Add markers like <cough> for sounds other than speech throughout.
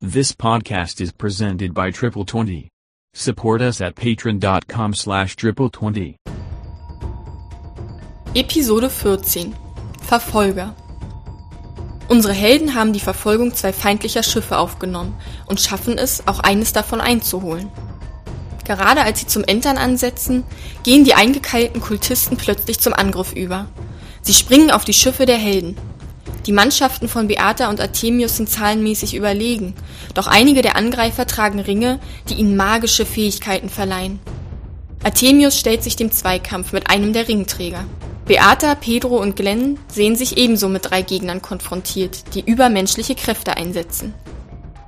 This podcast is presented by Triple 20. Support us at patreon.com slash triple 20. Episode 14 Verfolger Unsere Helden haben die Verfolgung zwei feindlicher Schiffe aufgenommen und schaffen es, auch eines davon einzuholen. Gerade als sie zum Entern ansetzen, gehen die eingekeilten Kultisten plötzlich zum Angriff über. Sie springen auf die Schiffe der Helden. Die Mannschaften von Beata und Artemius sind zahlenmäßig überlegen, doch einige der Angreifer tragen Ringe, die ihnen magische Fähigkeiten verleihen. Artemius stellt sich dem Zweikampf mit einem der Ringträger. Beata, Pedro und Glenn sehen sich ebenso mit drei Gegnern konfrontiert, die übermenschliche Kräfte einsetzen.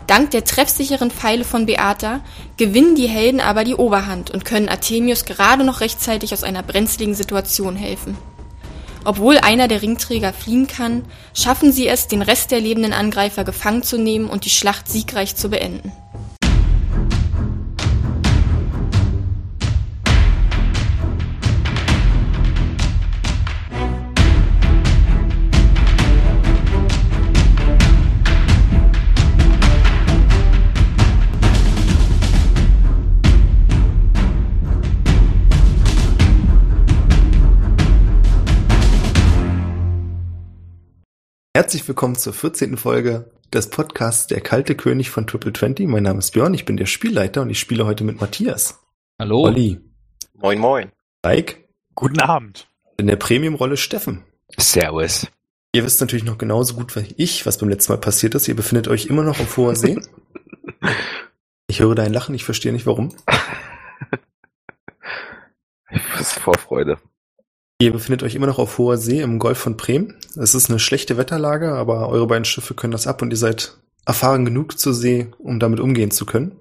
Dank der treffsicheren Pfeile von Beata gewinnen die Helden aber die Oberhand und können Artemius gerade noch rechtzeitig aus einer brenzligen Situation helfen. Obwohl einer der Ringträger fliehen kann, schaffen sie es, den Rest der lebenden Angreifer gefangen zu nehmen und die Schlacht siegreich zu beenden. Herzlich willkommen zur 14. Folge des Podcasts Der kalte König von Triple 20. Mein Name ist Björn, ich bin der Spielleiter und ich spiele heute mit Matthias, Hallo. Olli, Moin, moin. Mike, Oh. Guten Abend. in der Premium-Rolle Steffen. Servus. Ihr wisst natürlich noch genauso gut wie ich, was beim letzten Mal passiert ist. Ihr befindet euch immer noch im Hoher <laughs> See. ich höre dein Lachen, ich verstehe nicht warum. Was Vorfreude. Ihr befindet euch immer noch auf hoher See im Golf von Bremen. Es ist eine schlechte Wetterlage, aber eure beiden Schiffe können das ab und ihr seid erfahren genug zur See, um damit umgehen zu können.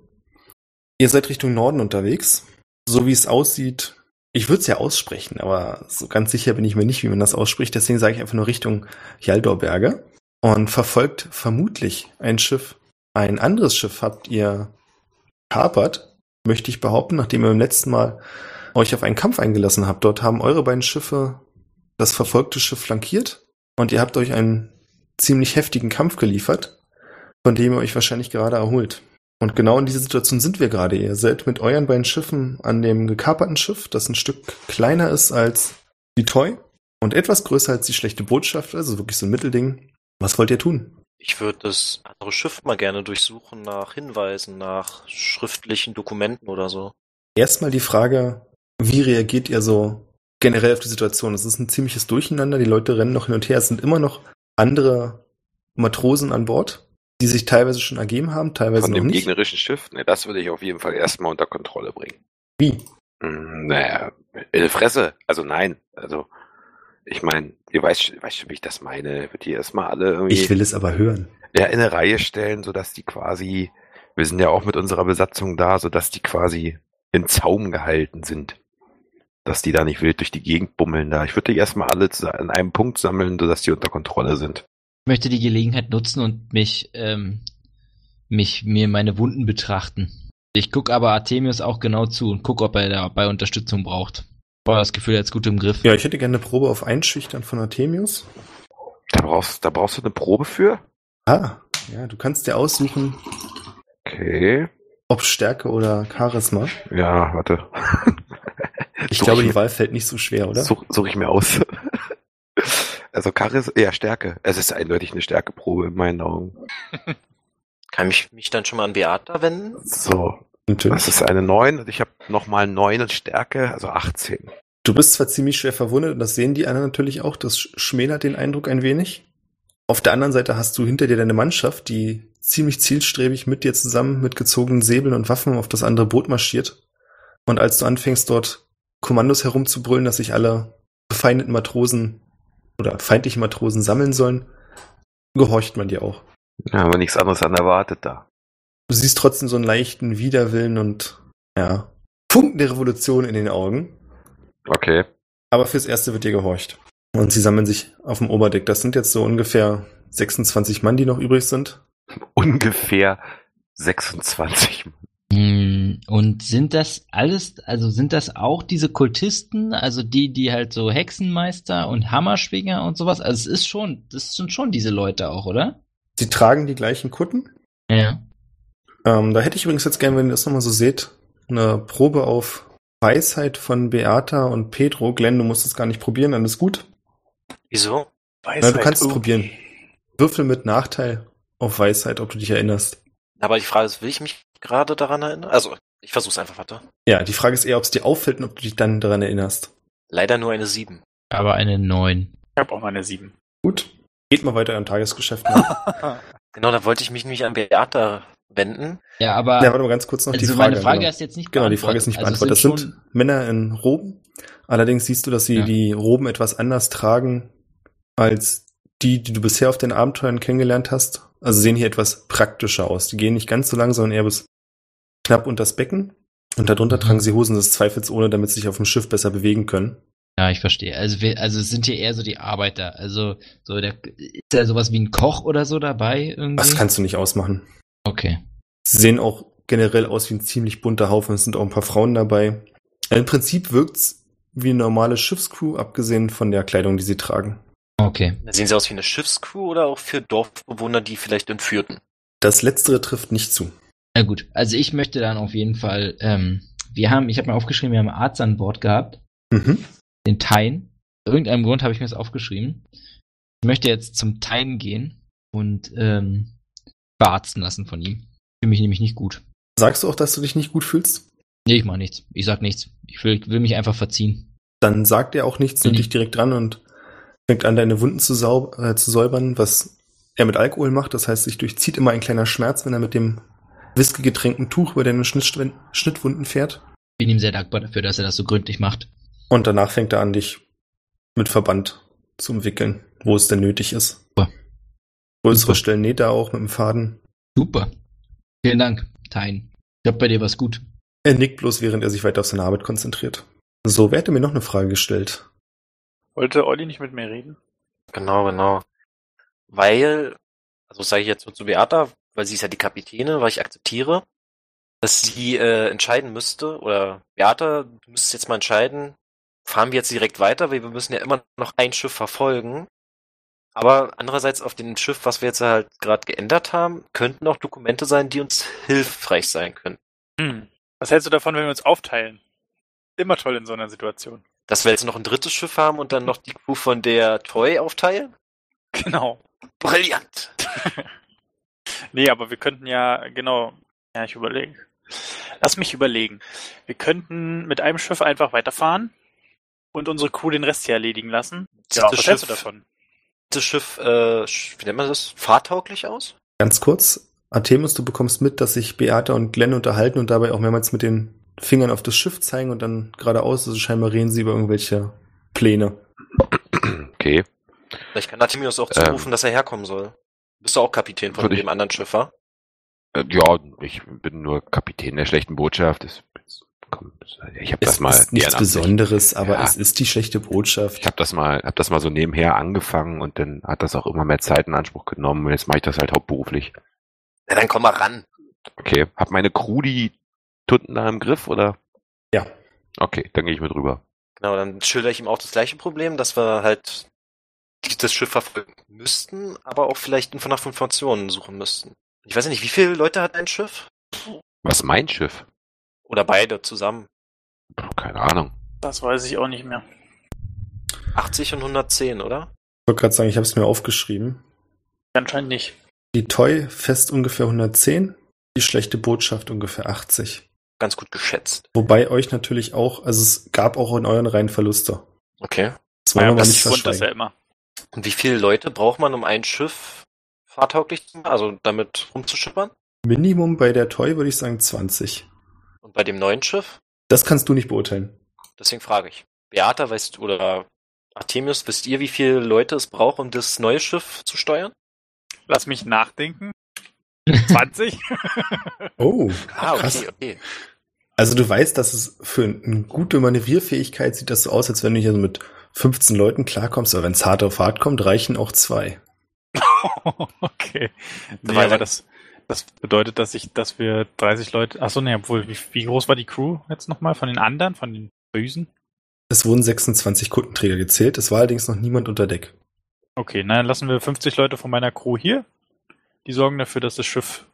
Ihr seid Richtung Norden unterwegs. So wie es aussieht, ich würde es ja aussprechen, aber so ganz sicher bin ich mir nicht, wie man das ausspricht. Deswegen sage ich einfach nur Richtung Jaldorberge und verfolgt vermutlich ein Schiff. Ein anderes Schiff habt ihr kapert, möchte ich behaupten, nachdem ihr beim letzten Mal euch auf einen Kampf eingelassen habt. Dort haben eure beiden Schiffe das verfolgte Schiff flankiert und ihr habt euch einen ziemlich heftigen Kampf geliefert, von dem ihr euch wahrscheinlich gerade erholt. Und genau in dieser Situation sind wir gerade. Ihr seid mit euren beiden Schiffen an dem gekaperten Schiff, das ein Stück kleiner ist als die Toy und etwas größer als die schlechte Botschaft, also wirklich so ein Mittelding. Was wollt ihr tun? Ich würde das andere Schiff mal gerne durchsuchen nach Hinweisen, nach schriftlichen Dokumenten oder so. Erstmal die Frage, wie reagiert ihr so generell auf die Situation? Es ist ein ziemliches Durcheinander, die Leute rennen noch hin und her. Es sind immer noch andere Matrosen an Bord, die sich teilweise schon ergeben haben, teilweise Von noch dem nicht. gegnerischen Schiff? Ne, das würde ich auf jeden Fall erstmal unter Kontrolle bringen. Wie? Hm, Naja, in die Fresse. Also nein. Also, ich meine, ihr weißt, schon- weißt schon, wie ich das meine. Wird die erstmal alle irgendwie Ich will es aber hören. ja, in eine Reihe stellen, sodass die quasi, wir sind ja auch mit unserer Besatzung da, sodass die quasi in Zaum gehalten sind. Dass die da nicht wild durch die Gegend bummeln da. Ich würde die erstmal alle zu- an einem Punkt sammeln, sodass die unter Kontrolle sind. Ich möchte die Gelegenheit nutzen und mich, ähm, mich, mir meine Wunden betrachten. Ich guck aber Artemius auch genau zu und guck, ob er dabei Unterstützung braucht. Boah, das Gefühl, er hat's gut im Griff. Ja, ich hätte gerne eine Probe auf Einschüchtern von Artemius. Da brauchst, da brauchst du eine Probe für? Ah, ja, du kannst dir aussuchen, Okay. ob Stärke oder Charisma. Ja, warte. Ich Such glaube, die ich mir- Wahl fällt nicht so schwer, oder? Such, such ich mir aus. <laughs> Also Karis, ja, Stärke. Es ist eindeutig eine Stärkeprobe in meinen Augen. Kann ich mich dann schon mal an Beata wenden? So, Natürlich. das ist eine 9 und ich habe nochmal 9 und Stärke, also 18. Du bist zwar ziemlich schwer verwundet, und das sehen die anderen natürlich auch, das sch- schmälert den Eindruck ein wenig. Auf der anderen Seite hast du hinter dir deine Mannschaft, die ziemlich zielstrebig mit dir zusammen mit gezogenen Säbeln und Waffen auf das andere Boot marschiert. Und als du anfängst, dort Kommandos herumzubrüllen, dass sich alle befeindeten Matrosen oder feindlichen Matrosen sammeln sollen, gehorcht man dir auch. Ja, haben wir nichts anderes an erwartet da. Du siehst trotzdem so einen leichten Widerwillen und, ja, Funken der Revolution in den Augen. Okay. Aber fürs Erste wird dir gehorcht. Und sie sammeln sich auf dem Oberdeck. Das sind jetzt so ungefähr 26 Mann, die noch übrig sind. Ungefähr 26. Hm, Und sind das alles, also sind das auch diese Kultisten, also die, die halt so Hexenmeister und Hammerschwinger und sowas? Also es ist schon, das sind schon diese Leute auch, oder? Sie tragen die gleichen Kutten Ja. Ähm, da hätte ich übrigens jetzt gerne, wenn ihr das nochmal so seht, eine Probe auf Weisheit von Beata und Pedro. Glenn, du musst es gar nicht probieren, alles gut. Wieso? Na, du kannst es probieren. Würfel mit Nachteil auf Weisheit, ob du dich erinnerst. Aber die Frage ist, will ich mich gerade daran erinnern? Also, ich versuch's einfach weiter. Ja, die Frage ist eher, ob es dir auffällt und ob du dich dann daran erinnerst. Leider nur eine 7. Aber eine 9. Ich habe auch mal eine 7. Gut. Geht mal weiter im Tagesgeschäft. nach. Genau, da wollte ich mich nämlich an Beata wenden. Ja, aber ja, warte mal ganz kurz noch die also Frage. meine Frage genau. ist jetzt nicht Genau, beantwortet. die Frage ist nicht Also es beantwortet. das sind schon- Männer in Roben. Allerdings siehst du, dass sie Ja. die Roben etwas anders tragen als die, die du bisher auf den Abenteuern kennengelernt hast. Also sehen hier etwas praktischer aus. Die gehen nicht ganz so lang, sondern eher bis knapp unter das Becken. Und darunter Mhm. tragen sie Hosen des Zweifels ohne, damit sie sich auf dem Schiff besser bewegen können. Ja, ich verstehe. Also, wir, also es sind hier eher so die Arbeiter. Also so der, ist da sowas wie ein Koch oder so dabei irgendwie? Das kannst du nicht ausmachen. okay. Sie sehen auch generell aus wie ein ziemlich bunter Haufen. Es sind auch ein paar Frauen dabei. Im Prinzip wirkt's wie eine normale Schiffscrew, abgesehen von der Kleidung, die sie tragen. Okay. Sehen sie aus wie eine Schiffscrew oder auch für Dorfbewohner, die vielleicht entführten? Das letztere trifft nicht zu. Na gut. Also ich möchte dann auf jeden Fall, ähm, wir haben, ich habe mir aufgeschrieben, wir haben einen Arzt an Bord gehabt, Mhm. den Tein. Aus irgendeinem Grund habe ich mir das aufgeschrieben. Ich möchte jetzt zum Tein gehen und ähm, verarzten lassen von ihm. Ich fühle mich nämlich nicht gut. Sagst du auch, dass du dich nicht gut fühlst? Nee, ich mache nichts. Ich sag nichts. Ich will, will mich einfach verziehen. Dann sagt er auch nichts, nimmt Mhm. dich direkt dran und fängt an, deine Wunden zu, saub äh, zu säubern, was er mit Alkohol macht. Das heißt, sich durchzieht immer ein kleiner Schmerz, wenn er mit dem Whisky getränkten Tuch über deine Schnittstwen- Schnittwunden fährt. Bin ihm sehr dankbar dafür, dass er das so gründlich macht. Und danach fängt er an, dich mit Verband zu umwickeln, wo es denn nötig ist. Super. Größere Super. Stellen näht er auch mit dem Faden. Super. Vielen Dank, Tein. Ich glaube, bei dir war's gut. Er nickt bloß, während er sich weiter auf seine Arbeit konzentriert. So, wer hätte mir noch eine Frage gestellt? Wollte Olli nicht mit mir reden? Genau, genau. Weil, also sage ich jetzt so zu Beata, weil sie ist ja die Kapitäne, weil ich akzeptiere, dass sie äh, entscheiden müsste, oder Beata, du müsstest jetzt mal entscheiden, fahren wir jetzt direkt weiter, weil wir müssen ja immer noch ein Schiff verfolgen. Aber andererseits auf dem Schiff, was wir jetzt halt gerade geändert haben, könnten auch Dokumente sein, die uns hilfreich sein können. Hm. Was hältst du davon, wenn wir uns aufteilen? Immer toll in so einer Situation. <laughs> Dass wir jetzt noch ein drittes Schiff haben und dann noch die Crew von der Toy aufteilen? Genau. Brillant! Nee, aber wir könnten ja, genau, ja, ich überlege. Lass mich überlegen. Wir könnten mit einem Schiff einfach weiterfahren und unsere Crew den Rest hier erledigen lassen. Siehst du was hältst Schiff? du davon? das Schiff, äh, sch- wie nennt man das, fahrtauglich aus? Ganz kurz, Artemis, du bekommst mit, dass sich Beata und Glenn unterhalten und dabei auch mehrmals mit den Fingern auf das Schiff zeigen und dann geradeaus, also scheinbar reden sie über irgendwelche Pläne. Okay. Vielleicht kann Artemius auch zurufen, dass er herkommen soll. Bist du auch Kapitän von Würde ich- dem anderen Schiff, wa? Äh, Ja, ich bin nur Kapitän der schlechten Botschaft. Ist- ist- komm, Ich habe das es mal ist nichts ehrenamtlich- Besonderes, aber Ja. es ist die schlechte Botschaft. Ich habe das mal, habe das mal so nebenher angefangen und dann hat das auch immer mehr Zeit in Anspruch genommen und jetzt mache ich das halt hauptberuflich. Na, dann komm mal ran. Okay, hab meine Crew die Tunden da im Griff oder? Ja. Okay, dann gehe ich mit rüber. Genau, dann schilder ich ihm auch das gleiche Problem, dass wir halt die- das Schiff verfolgen müssten, aber auch vielleicht von nach Informationen suchen müssten. Ich weiß ja nicht, wie viele Leute hat ein Schiff? Was mein Schiff? Oder beide zusammen? Puh, keine Ahnung. Das weiß ich auch nicht mehr. 80 und 110, oder? Ich wollte gerade sagen, ich habe es mir aufgeschrieben. Anscheinend nicht. Die Toy fest ungefähr 110, die schlechte Botschaft ungefähr 80. Ganz gut geschätzt. Wobei euch natürlich auch, also es gab auch in euren Reihen Verluste. Okay. Das wollen wir mal das nicht Grund ist ja verschweigen. immer. Und wie viele Leute braucht man, um ein Schiff fahrtauglich zu machen, also damit rumzuschippern? Minimum bei der Toy würde ich sagen 20. Und bei dem neuen Schiff? Das kannst du nicht beurteilen. Deswegen frage ich. Beata, weißt oder Artemius, wisst ihr, wie viele Leute es braucht, um das neue Schiff zu steuern? Lass mich nachdenken. 20? Oh. Ah, Krass. okay. Also du weißt, dass es für eine gute Manövrierfähigkeit sieht das so aus, als wenn du hier so mit 15 Leuten klarkommst, aber wenn es hart auf hart kommt, reichen auch zwei. <laughs> okay. Nee, Weil- aber das, das bedeutet, dass ich, dass wir 30 Leute. Achso, nee, obwohl, wie, wie groß war die Crew jetzt nochmal von den anderen, von den Bösen? Es wurden 26 Kundenträger gezählt, es war allerdings noch niemand unter Deck. Okay, na, dann lassen wir 50 Leute von meiner Crew hier. Die sorgen dafür, dass das Schiff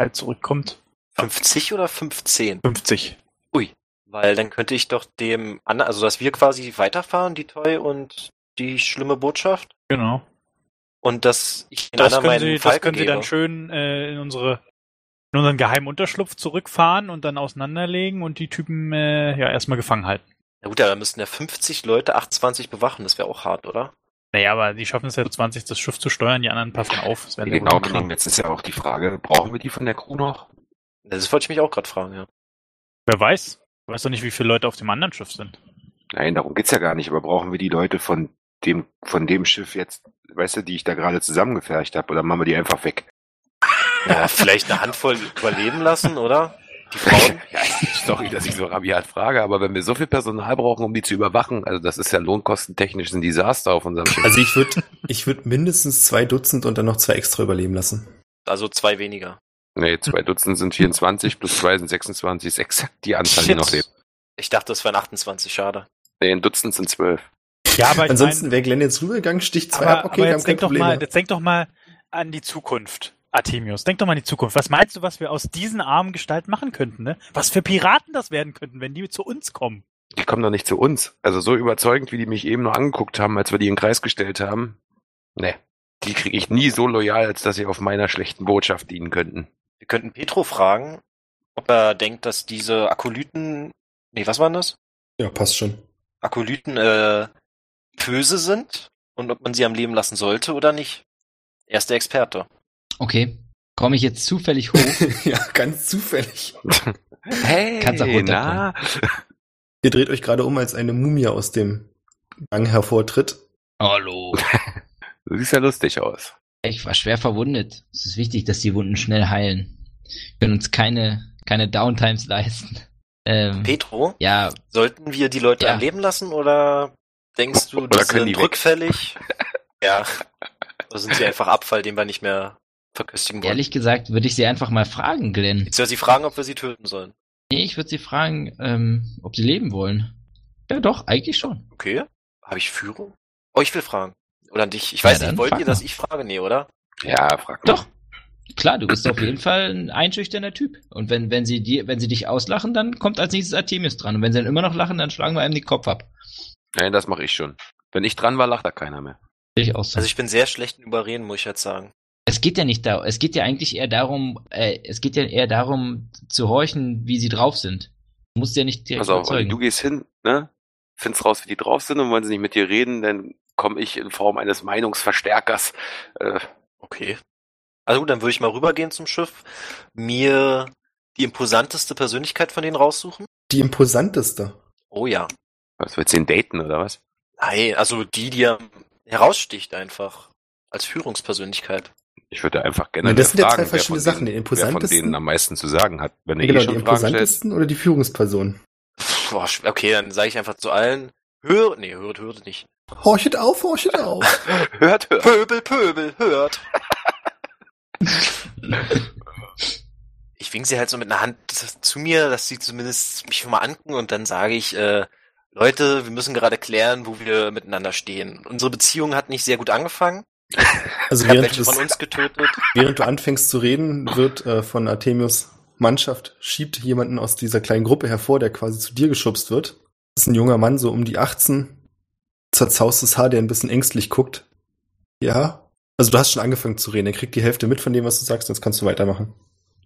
halt zurückkommt. 50 oder 15? 50. Weil dann könnte ich doch dem, ander- also dass wir quasi weiterfahren, die Toy und die schlimme Botschaft. Genau. Und dass ich den Das anderen können, meinen sie, das Falken können sie dann gebe. schön äh, in unsere in unseren geheimen Unterschlupf zurückfahren und dann auseinanderlegen und die Typen äh, ja erstmal gefangen halten. Na gut, ja, da müssten ja 50 Leute 28 bewachen, das wäre auch hart, oder? Naja, aber die schaffen es ja 20, das Schiff zu steuern, die anderen passen auf. Das wäre sehr Genau gut. genommen, jetzt ist ja auch die Frage, brauchen wir die von der Crew noch? Das wollte ich mich auch gerade fragen, ja. Wer weiß? Du weißt doch nicht, wie viele Leute auf dem anderen Schiff sind. Nein, darum geht's ja gar nicht, aber brauchen wir die Leute von dem, von dem Schiff jetzt, weißt du, die ich da gerade zusammengefercht habe, oder machen wir die einfach weg? ja vielleicht eine Handvoll überleben lassen, oder? Die Frauen? <laughs> Ja, sorry, dass ich so rabiat frage, aber wenn wir so viel Personal brauchen, um die zu überwachen, also das ist ja lohnkostentechnisch ein Desaster auf unserem <laughs> Schiff. Also ich <laughs> würde ich würd mindestens zwei Dutzend und dann noch zwei extra überleben lassen. Also zwei weniger. Nee, zwei Dutzend sind 24, plus zwei sind 26, ist exakt die Anzahl, die Shit. noch lebt. Ich dachte, es wären 28, schade. Nee, ein Dutzend sind zwölf. Ja, aber ich Ansonsten mein- wäre Glenn jetzt rübergegangen, sticht zwei aber, ab, okay, aber wir haben jetzt kein denk doch Problem. mal, mehr. jetzt denk doch mal an die Zukunft, Artemius. Denk doch mal an die Zukunft. Was meinst du, was wir aus diesen armen Gestalten machen könnten, ne? Was für Piraten das werden könnten, wenn die zu uns kommen? Die kommen doch nicht zu uns. Also so überzeugend, wie die mich eben noch angeguckt haben, als wir die in den Kreis gestellt haben. Nee, die kriege ich nie so loyal, als dass sie auf meiner schlechten Botschaft dienen könnten. Wir könnten Petro fragen, ob er denkt, dass diese Akolyten, nee, was waren das? Ja, passt <laughs> schon. Akolyten, äh, böse sind und ob man sie am Leben lassen sollte oder nicht. Er ist der Experte. Okay. Komme ich jetzt <laughs> zufällig hoch? ja, ganz zufällig. <laughs> Hey, Kannst auch runterkommen. Ihr dreht euch gerade um, als eine Mumie aus dem Gang hervortritt. Hallo. Du siehst ja lustig aus. Ich war schwer verwundet. Es ist wichtig, dass die Wunden schnell heilen. Wir können uns keine, keine Downtimes leisten. Ähm, Petro, ja, sollten wir die Leute Ja. am Leben lassen oder denkst du, Oder die sind können die <laughs> weg? rückfällig? ja. Oder sind sie einfach Abfall, den wir nicht mehr verköstigen wollen? ehrlich gesagt würde ich sie einfach mal fragen, Glenn. Jetzt soll sie fragen, ob wir sie töten sollen. Nee, ich würde sie fragen, ähm, ob sie leben wollen. Ja, doch, eigentlich schon. Okay. Habe ich Führung? Oh, ich will fragen. Oder an dich. Ich Ja, weiß dann nicht, wollt frag ihr, dass mal. ich frage? Nee, oder? Ja, frag mal. Doch. Klar, du bist auf jeden Fall ein einschüchternder Typ. Und wenn, wenn sie dir, wenn sie dich auslachen, dann kommt als nächstes Artemis dran. Und wenn sie dann immer noch lachen, dann schlagen wir einem den Kopf ab. Nein, das mache ich schon. Wenn ich dran war, lacht da keiner mehr. Sehe ich auch so. Also ich bin sehr schlecht in Überreden, muss ich jetzt sagen. Es geht ja nicht da, es geht ja eigentlich eher darum, äh, es geht ja eher darum zu horchen, wie sie drauf sind. Du musst ja nicht direkt Pass auf, Olli, überzeugen. du gehst hin, ne? Findest raus, wie die drauf sind und wollen sie nicht mit dir reden, dann komme ich in Form eines Meinungsverstärkers. Äh, Okay. Also gut, dann würde ich mal rübergehen zum Schiff, mir die imposanteste Persönlichkeit von denen raussuchen. Die imposanteste. Oh ja. was willst du den daten oder was? Nein, also die, die am- heraussticht einfach. Als Führungspersönlichkeit. Ich würde einfach generell Nein, das sind ja fragen, zwei verschiedene wer, Sachen. von Den denen, wer von imposantesten- denen am meisten zu sagen hat. Wenn du genau, eh die schon Fragen stellst, imposantesten oder die Führungsperson? Pff, boah, sch- okay, dann sage ich einfach zu allen, hört, nee, hört, hört nicht. Horchet auf, horchet auf. <laughs> hört, hört. Pöbel, Pöbel, hört. <laughs> ich wink sie halt so mit einer Hand zu mir, dass sie zumindest mich schon mal angucken und dann sage ich, äh, Leute, wir müssen gerade klären, wo wir miteinander stehen. Unsere Beziehung hat nicht sehr gut angefangen. <laughs> Also Ich habe während du, welche von das, uns getötet. während du anfängst zu reden, wird äh, von Artemius Mannschaft schiebt jemanden aus dieser kleinen Gruppe hervor, der quasi zu dir geschubst wird. Das ist ein junger Mann, so um die 18, zerzaustes Haar, der ein bisschen ängstlich guckt. Ja. Also du hast schon angefangen zu reden. Er kriegt die Hälfte mit von dem, was du sagst. Jetzt kannst du weitermachen.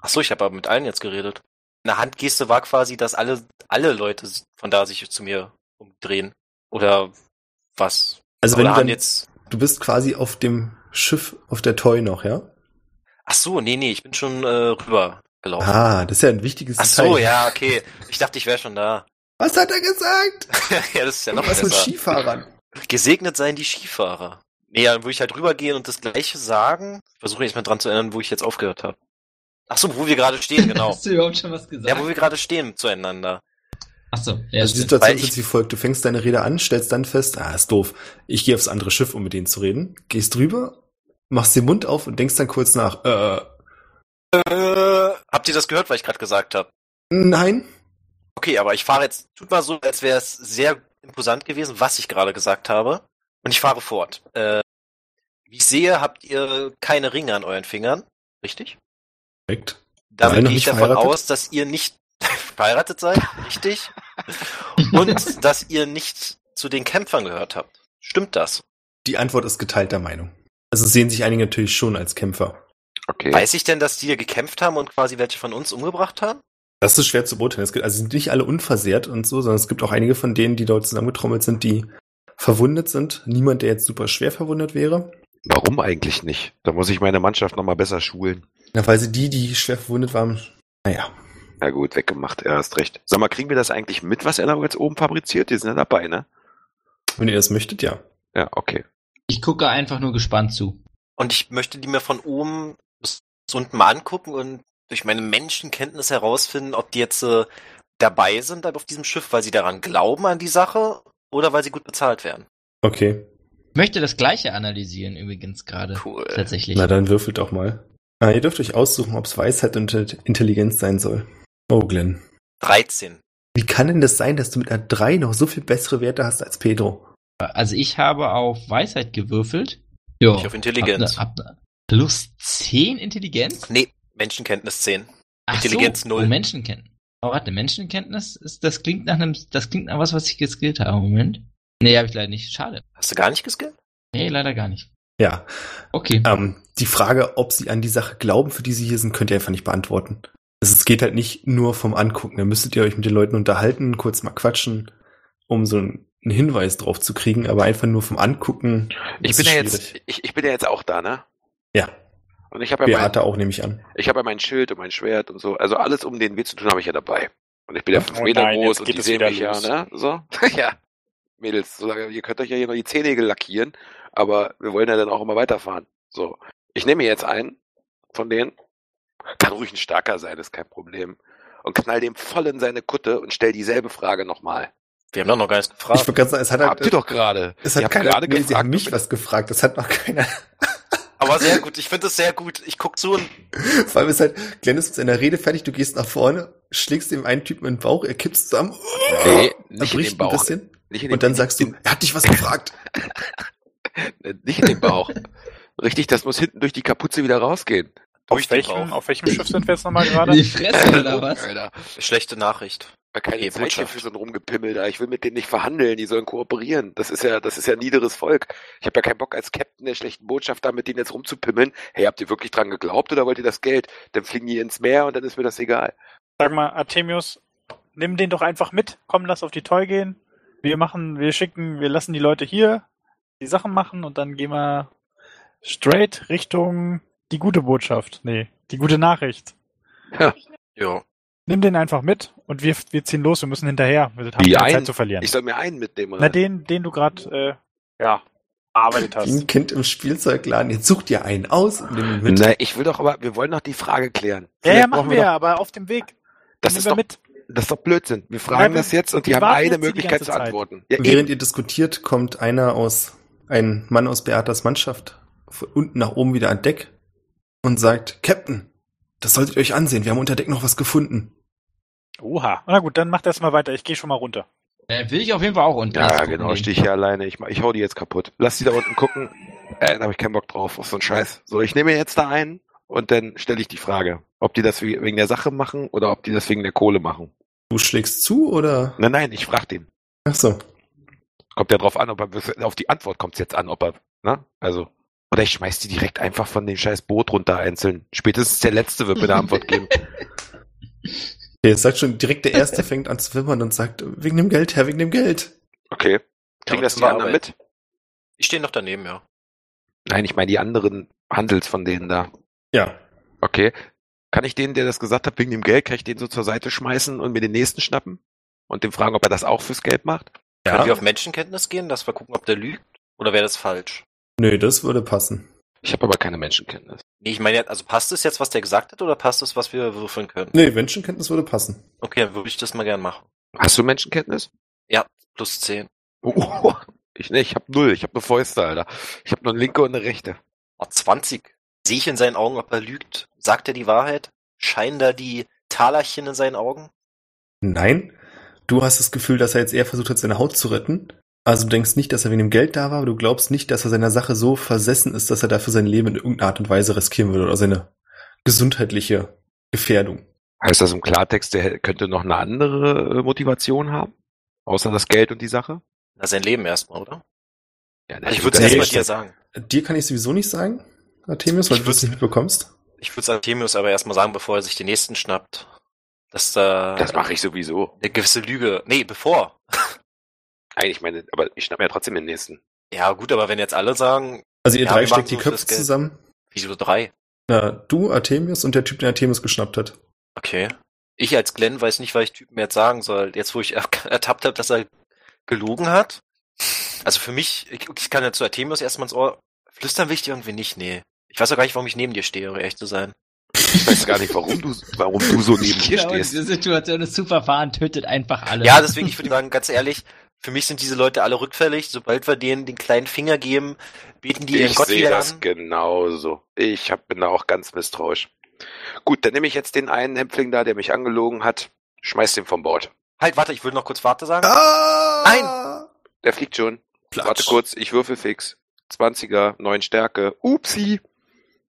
Ach so, ich habe aber mit allen jetzt geredet. Eine Handgeste war quasi, dass alle, alle Leute von da sich zu mir umdrehen. Oder was? Also Oder wenn du, haben dann, jetzt du bist quasi auf dem Schiff, auf der Toy noch, ja? Ach so, nee, nee, ich bin schon äh, rüber gelaufen. Ah, das ist ja ein wichtiges Ach so, ja, okay. Ich dachte, ich wäre schon da. <laughs> Was hat er gesagt? ja, das ist ja noch Was mit besser. Skifahrern? Gesegnet seien die Skifahrer. Nee, dann würde ich halt rübergehen und das Gleiche sagen. Ich versuche jetzt mal dran zu erinnern, wo ich jetzt aufgehört habe. Ach so, wo wir gerade stehen, genau. <laughs> Hast du überhaupt schon was gesagt? ja, wo wir gerade stehen zueinander. Achso, ja, also die stimmt. Situation Weil ist ich- jetzt wie folgt. Du fängst deine Rede an, stellst dann fest, ah, ist doof. Ich gehe aufs andere Schiff, um mit denen zu reden. Gehst drüber, machst den Mund auf und denkst dann kurz nach, äh, Äh, habt ihr das gehört, was ich gerade gesagt habe? nein. Okay, aber ich fahre jetzt, tut mal so, als wäre es sehr imposant gewesen, was ich gerade gesagt habe. Und ich fahre fort. Äh, wie ich sehe, habt ihr keine Ringe an euren Fingern. Richtig? Korrekt. Seid Damit noch gehe ich nicht davon verheiratet? aus, dass ihr nicht <laughs> verheiratet seid, richtig? <laughs> Und dass ihr nicht zu den Kämpfern gehört habt. Stimmt das? Die Antwort ist geteilter Meinung. Also sehen sich einige natürlich schon als Kämpfer. Okay. Weiß ich denn, dass die hier gekämpft haben und quasi welche von uns umgebracht haben? Das ist schwer zu beurteilen. Es gibt, also sind nicht alle unversehrt und so, sondern es gibt auch einige von denen, die dort zusammengetrommelt sind, die verwundet sind. Niemand, der jetzt super schwer verwundet wäre. Warum eigentlich nicht? Da muss ich meine Mannschaft nochmal besser schulen. Na, weil sie die, die schwer verwundet waren, naja. Na gut, weggemacht, er hast recht. Sag mal, kriegen wir das eigentlich mit, was er da jetzt oben fabriziert? Die sind ja dabei, ne? Wenn ihr das möchtet, ja. Ja, okay. Ich gucke einfach nur gespannt zu. Und ich möchte die mir von oben bis unten mal angucken und durch meine Menschenkenntnis herausfinden, ob die jetzt äh, dabei sind auf diesem Schiff, weil sie daran glauben an die Sache oder weil sie gut bezahlt werden. Okay. Ich möchte das gleiche analysieren übrigens gerade. Cool. Tatsächlich. Na dann würfelt doch mal. Ah, ihr dürft euch aussuchen, ob es Weisheit und Intelligenz sein soll. Oh, Glenn. 13. Wie kann denn das sein, dass du mit einer 3 noch so viel bessere Werte hast als Pedro? Also ich habe auf Weisheit gewürfelt. Ja. Ich auf Intelligenz. Oh. Ab, ne- ab, ne- plus 10 Intelligenz? Nee, Menschenkenntnis 10. Ach Intelligenz so, null. Und Menschenkenntnis. Oh, warte, Menschenkenntnis? Ist, das klingt nach einem, das klingt nach was, was ich geskillt habe. Moment. Nee, habe ich leider nicht. Schade. Hast du gar nicht geskillt? Nee, leider gar nicht. Ja, Okay. <laughs> Ah. Ähm, die Frage, ob sie an die Sache glauben, für die sie hier sind, könnt ihr einfach nicht beantworten. Also es geht halt nicht nur vom Angucken. Da müsstet ihr euch mit den Leuten unterhalten, kurz mal quatschen, um so einen Hinweis drauf zu kriegen, aber einfach nur vom Angucken. Ich ist bin, ja jetzt, schwierig. ich, ich bin ja jetzt auch da, ne? Ja, Und ich habe ja, mein, Beate auch, nehme ich an. ich hab ja mein Schild und mein Schwert und so. Also alles, um den Weg zu tun, habe ich ja dabei. Und ich bin ja fünf Oh Meter nein, groß jetzt und geht die es sehen wieder mich los. ja, ne? So? <laughs> ja. Mädels, so lange, ihr könnt euch ja hier noch die Zehennägel lackieren, aber wir wollen ja dann auch immer weiterfahren. So. Ich nehme mir jetzt einen von denen. Kann ruhig ein starker sein, ist kein Problem. Und knall dem voll in seine Kutte und stell dieselbe Frage nochmal. Wir haben doch noch gar nicht Ich gefragt. wollte gerade sagen, es hat Habt ihr halt, doch gerade. es Ihr hat habt keiner, gerade nee, sie gefragt, haben mich was gefragt, das hat noch <laughs> keiner. Aber sehr gut, ich finde das sehr gut. Ich guck zu und Vor allem ist halt, Glenn ist mit seiner Rede fertig, du gehst nach vorne, schlägst dem einen Typen in den Bauch, er kippt zusammen, Nee, er nicht in bricht den ein Bauch. bisschen Nicht in den, und dann sagst du, er hat dich was gefragt. äh, nicht in den Bauch. Richtig, das muss hinten durch die Kapuze wieder rausgehen. durch Auf den welchem, Rauch. auf welchem Schiff sind wir <laughs> jetzt nochmal In die gerade? Fresse oder was? Alter, Schlechte Nachricht. war keine Hey, Zeit hier Botschaft. für so ein Rumgepimmel da. Ich will mit denen nicht verhandeln, die sollen kooperieren. Das ist ja, das ist ja niederes Volk. Ich habe ja keinen Bock als Captain der schlechten Botschaft da mit denen jetzt rumzupimmeln. Hey, habt ihr wirklich dran geglaubt oder wollt ihr das Geld? Dann fliegen die ins Meer und dann ist mir das egal. Sag mal, Artemius, nimm den doch einfach mit. Komm, lass auf die Toy gehen. Wir machen, wir schicken, wir lassen die Leute hier die Sachen machen und dann gehen wir straight Richtung die gute Botschaft. Nee, die gute Nachricht. Ja. Nimm den einfach mit und wir, wir ziehen los. Wir müssen hinterher. Wir haben Die keine einen- Zeit zu verlieren. Ich soll mir einen mitnehmen, Na, oder? den, den du gerade, äh, ja, arbeitet Wie Hm. hast. ein Kind im Spielzeugladen. Jetzt sucht ihr einen aus und nimm ihn mit. Na, ich will doch aber, wir wollen doch die Frage klären. Ja, ja, Vielleicht machen brauchen wir, doch- ja, aber auf dem Weg. Das Nehmen ist wir doch mit. Das ist doch Blödsinn. Wir fragen Nein, wir- das jetzt und die wir haben warten eine jetzt die Möglichkeit ganze zu Zeit. antworten. Ja, eh, eben. Während ihr diskutiert, kommt einer aus, ein Mann aus Beatas Mannschaft, von unten nach oben wieder an Deck und sagt, Captain, das solltet ihr euch ansehen, wir haben unter Deck noch was gefunden. Oha. Na gut, dann macht erst mal weiter. Ich gehe schon mal runter. Äh, will ich auf jeden Fall auch unten. ja erst genau, gucken steh gehen. ich hier alleine. Ich, mach- ich hau die jetzt kaputt. Lass die da unten gucken. Äh, da habe ich keinen Bock drauf, auf so einen Scheiß. So, ich nehme mir jetzt da einen und dann stelle ich die Frage, ob die das we- wegen der Sache machen oder ob die das wegen der Kohle machen. Du schlägst zu oder? Nein, nein, ich frag den. Ach so. Kommt ja drauf an, ob er, auf die Antwort kommt es jetzt an, ob er, ne? Also. Oder ich schmeiß die direkt einfach von dem scheiß Boot runter einzeln. Spätestens der Letzte wird mir eine Antwort geben. Der sagt schon direkt der Erste fängt an zu wimmern und sagt, wegen dem Geld, Herr, wegen dem Geld. <laughs> Okay. Kriegen aber das zum die anderen Arbeiten. mit? Ich stehe noch daneben, ja. Nein, ich meine die anderen Handels von denen da. Ja. Okay. Kann ich den, der das gesagt hat, wegen dem Geld, kann ich den so zur Seite schmeißen und mir den nächsten schnappen? Und den fragen, ob er das auch fürs Geld macht? Können wir Ja. auf Menschenkenntnis gehen, dass wir gucken, ob der lügt? Oder wäre das falsch? Nö, das würde passen. Ich habe aber keine Menschenkenntnis. Nee, ich meine, jetzt- also passt es jetzt, was der gesagt hat, oder passt es, was wir würfeln können? Nee, Menschenkenntnis würde passen. Okay, dann würde ich das mal gern machen. Hast du Menschenkenntnis? Plus 10. Oh, <laughs> ich ne, ich habe null. Ich habe eine Fäuste, Alter. Ich habe nur eine linke und eine rechte. Oh, 20. Sehe ich in seinen Augen, ob er lügt? Sagt er die Wahrheit? Scheinen da die Talerchen in seinen Augen? Nein. Du hast das Gefühl, dass er jetzt eher versucht hat, seine Haut zu retten. Also du denkst nicht, dass er wegen dem Geld da war, aber du glaubst nicht, dass er seiner Sache so versessen ist, dass er dafür sein Leben in irgendeiner Art und Weise riskieren würde oder seine gesundheitliche Gefährdung. Heißt das im Klartext, der hä- könnte noch eine andere äh, Motivation haben? Außer das Geld und die Sache? Na, sein Leben erstmal, oder? Ja, ich würde es würd's erstmal nicht dir sagen. Dir kann ich sowieso nicht sagen, Artemius, weil Ich du es nicht mitbekommst. Ich würde es Artemius aber erstmal sagen, bevor er sich den nächsten schnappt, dass da Das mache ich sowieso. eine gewisse Lüge. Nee, bevor. Nein, ich meine, aber ich schnapp mir ja trotzdem den nächsten. Ja, gut, aber wenn jetzt alle sagen, Also ihr Ja, drei wir steckt die machen so Köpfe fürs Geld. zusammen. wieso drei? Na, du, Artemius und der Typ, den Artemius geschnappt hat. Okay. Ich als Glenn weiß nicht, was ich Typen jetzt sagen soll. Jetzt, wo ich <laughs> erk- ertappt habe, dass er gelogen hat. Also für mich, ich, ich kann ja zu Artemius erstmal ins Ohr. Flüstern will ich dir irgendwie nicht, nee. Ich weiß auch gar nicht, warum ich neben dir stehe, um ehrlich zu sein. Ich weiß gar nicht, warum du, warum du <laughs> so neben dir Genau, stehst. diese Situation ist zu verfahren, tötet einfach alle. Ja, deswegen, ich würde sagen, ganz ehrlich, für mich sind diese Leute alle rückfällig. Sobald wir denen den kleinen Finger geben, beten die ihren Ich Gott sehe wieder das an. genauso. Ich hab, bin da auch ganz misstrauisch. Gut, dann nehme ich jetzt den einen Hämpfling da, der mich angelogen hat, schmeiß den vom Bord. Halt, warte, ich würde noch kurz Warte sagen. Ah! Nein! Der fliegt schon. Warte kurz, ich würfel fix. 20er, 9 Stärke. Upsi.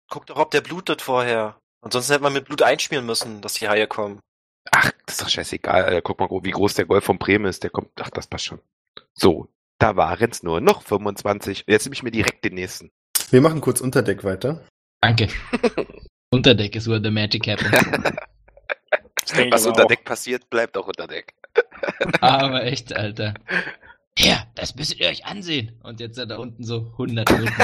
Guck doch, ob der blutet vorher. Ansonsten hätte man mit Blut einschmieren müssen, dass die Haie kommen. Ach, das ist doch scheißegal. Alter. Guck mal, wie groß der Golf von Bremen ist. Der kommt. Ach, das passt schon. So, da waren's nur noch 25. Jetzt nehme ich mir direkt den nächsten. Wir machen kurz Unterdeck weiter. <laughs> Danke. Unterdeck ist where the magic happens. Das denke ich Was aber unter auch. Deck passiert, bleibt auch unter Deck. Aber echt, Alter. Ja, das müsstet ihr euch ansehen. Und jetzt sind da unten so 100 Minuten.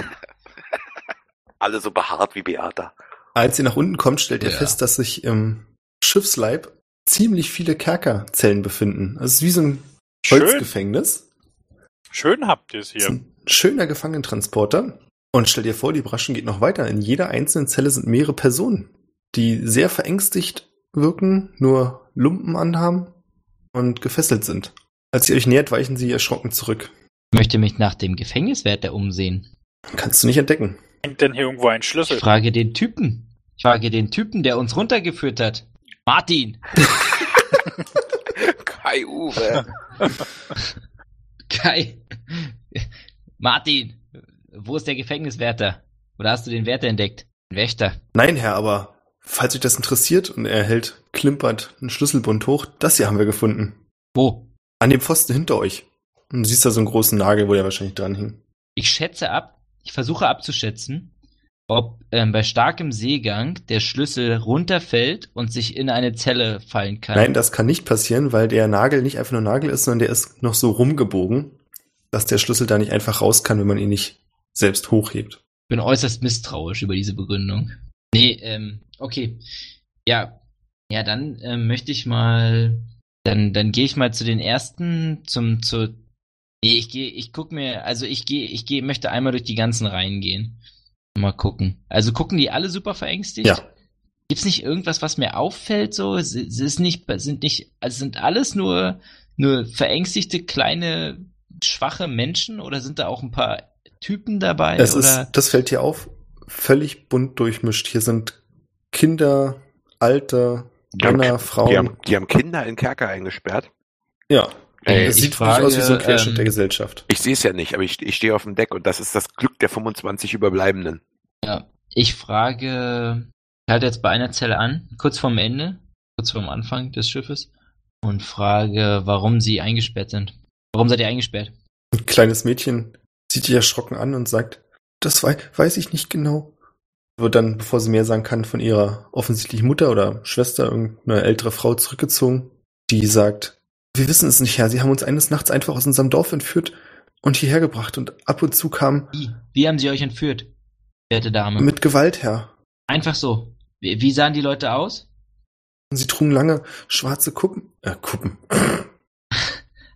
Alle so behaart wie Beata. Als ihr nach unten kommt, stellt ihr Ja. fest, dass sich im Schiffsleib ziemlich viele Kerkerzellen befinden. Also es ist wie so ein Schön, Holzgefängnis. schön habt ihr es Es Ist hier. ein schöner Gefangentransporter. Und stell dir vor, die Braschen geht noch weiter. In jeder einzelnen Zelle sind mehrere Personen, die sehr verängstigt wirken, nur Lumpen anhaben und gefesselt sind. Als ihr euch nähert, weichen sie erschrocken zurück. Ich möchte mich nach dem Gefängniswärter umsehen. Kannst du nicht entdecken. Hängt denn hier irgendwo ein Ich Schlüssel? frage den Typen. Ich frage den Typen, der uns runtergeführt hat. Martin. <laughs> Kai <laughs> Uwe. Kai. Martin, wo ist der Gefängniswärter? Oder hast du den Wärter entdeckt? Den Wächter. Nein, Herr, aber falls euch das interessiert und er hält klimpert einen Schlüsselbund hoch, das hier haben wir gefunden. Wo? An dem Pfosten hinter euch. Und du siehst da so einen großen Nagel, wo der wahrscheinlich dran hing. Ich schätze ab, ich versuche abzuschätzen, ob ähm, bei starkem Seegang der Schlüssel runterfällt und sich in eine Zelle fallen kann. Nein, das kann nicht passieren, weil der Nagel nicht einfach nur Nagel ist, sondern der ist noch so rumgebogen, dass der Schlüssel da nicht einfach raus kann, wenn man ihn nicht selbst hochhebt. Ich bin äußerst misstrauisch über diese Begründung. Nee, ähm, okay. Ja, ja, dann ähm, möchte ich mal, dann, dann gehe ich mal zu den ersten, zum, zu, nee, ich gehe, ich guck mir, also ich gehe, ich gehe, möchte einmal durch die ganzen Reihen gehen. Mal gucken. Also gucken die alle super verängstigt? Ja. Gibt's nicht irgendwas, was mir auffällt, so? Es, es ist nicht, sind nicht, also sind alles nur, nur verängstigte, kleine, schwache Menschen oder sind da auch ein paar Typen dabei? Es Äh, oder? ist, das fällt hier auf, völlig bunt durchmischt. Hier sind Kinder, Alte, Männer, Die Frauen. haben, die haben Kinder in Kerker eingesperrt. Ja, Ey, das Äh, ich sieht wirklich aus wie so ein frage, Querschnitt ähm, der Gesellschaft. Ich sehe es ja nicht, aber ich, ich stehe auf dem Deck und das ist das Glück der 25 Überbleibenden. Ich frage, ich halte jetzt bei einer Zelle an, kurz vorm Ende, kurz vorm Anfang des Schiffes, und frage, warum sie eingesperrt sind. Warum seid ihr eingesperrt? Ein kleines Mädchen sieht dich erschrocken an und sagt, das wei weiß ich nicht genau. Wird dann, bevor sie mehr sagen kann, von ihrer offensichtlich Mutter oder Schwester, irgendeine ältere Frau zurückgezogen, die sagt, wir wissen es nicht, Herr, sie haben uns eines Nachts einfach aus unserem Dorf entführt und hierher gebracht und ab und zu kam Wie, wie haben sie euch entführt, werte Dame? mit Gewalt, Herr. Einfach so. Wie, wie sahen die Leute aus? Und sie trugen lange schwarze Kuppen, äh, Kuppen.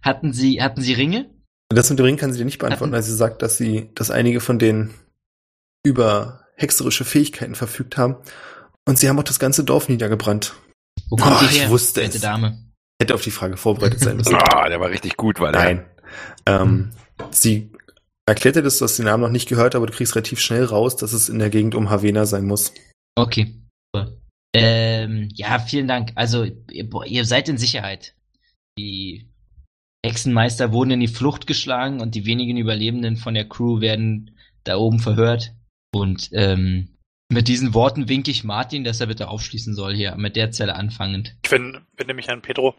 Hatten sie, hatten sie Ringe? Das mit dem Ring kann sie dir nicht beantworten, weil sie sagt, dass sie, dass einige von denen über hexerische Fähigkeiten verfügt haben und sie haben auch das ganze Dorf niedergebrannt. Wo kommt Oh, ihr ich her, wusste werte es. Dame? Hätte auf die Frage vorbereitet sein müssen. <laughs> Ah, der war richtig gut, war der. Nein. Ähm, sie erklärte das, du hast den Namen noch nicht gehört, aber du kriegst relativ schnell raus, dass es in der Gegend um Havena sein muss. Okay. super. Ähm, ja, vielen Dank. Also, ihr, boah, ihr seid in Sicherheit. Die Hexenmeister wurden in die Flucht geschlagen und die wenigen Überlebenden von der Crew werden da oben verhört. Und ähm, Mit diesen Worten winke ich Martin, dass er bitte aufschließen soll hier, mit der Zelle anfangend. Ich bin, bin nämlich an Pedro.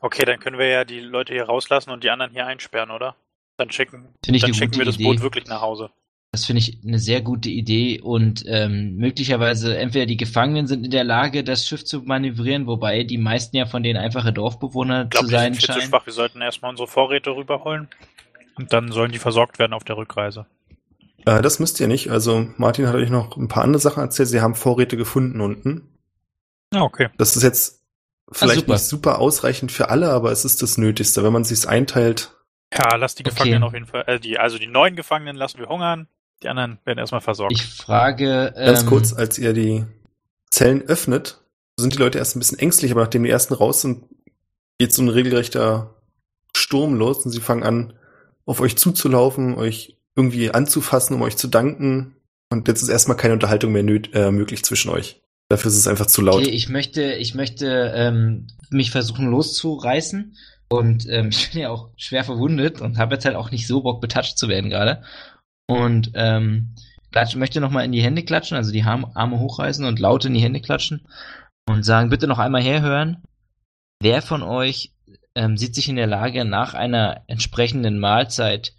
Okay, dann können wir ja die Leute hier rauslassen und die anderen hier einsperren, oder? Dann schicken, Finde ich dann eine schicken gute wir das Idee. Boot wirklich nach Hause. Das finde ich eine sehr gute Idee und ähm, möglicherweise entweder die Gefangenen sind in der Lage, das Schiff zu manövrieren, wobei die meisten ja von denen einfache Dorfbewohner Ich glaube, zu die sein sind viel zu scheinen. schwach. Wir sollten erstmal unsere Vorräte rüberholen. Und dann sollen die versorgt werden auf der Rückreise. Äh, das müsst ihr nicht. Also Martin hat euch noch ein paar andere Sachen erzählt. Sie haben Vorräte gefunden unten. Ja, okay. Das ist jetzt vielleicht super. nicht super ausreichend für alle, aber es ist das Nötigste. Wenn man sich's einteilt, Ja, lass die Okay. Gefangenen auf jeden Fall, äh, die, also die neuen Gefangenen lassen wir hungern. Die anderen werden erstmal versorgt. Ich frage. Ähm, ganz kurz, als ihr die Zellen öffnet, sind die Leute erst ein bisschen ängstlich, aber nachdem die ersten raus sind, geht so ein regelrechter Sturm los und sie fangen an, auf euch zuzulaufen, euch irgendwie anzufassen, um euch zu danken. Und jetzt ist erstmal keine Unterhaltung mehr nöt äh, möglich zwischen euch. Dafür ist es einfach zu laut. Okay, ich möchte, ich möchte ähm, mich versuchen loszureißen und ähm, <laughs> ich bin ja auch schwer verwundet und habe jetzt halt auch nicht so Bock, betatscht zu werden gerade. Und ähm, klatsch, möchte nochmal in die Hände klatschen, also die Arm- Arme hochreißen und laut in die Hände klatschen und sagen, bitte noch einmal herhören, wer von euch ähm, sieht sich in der Lage, nach einer entsprechenden Mahlzeit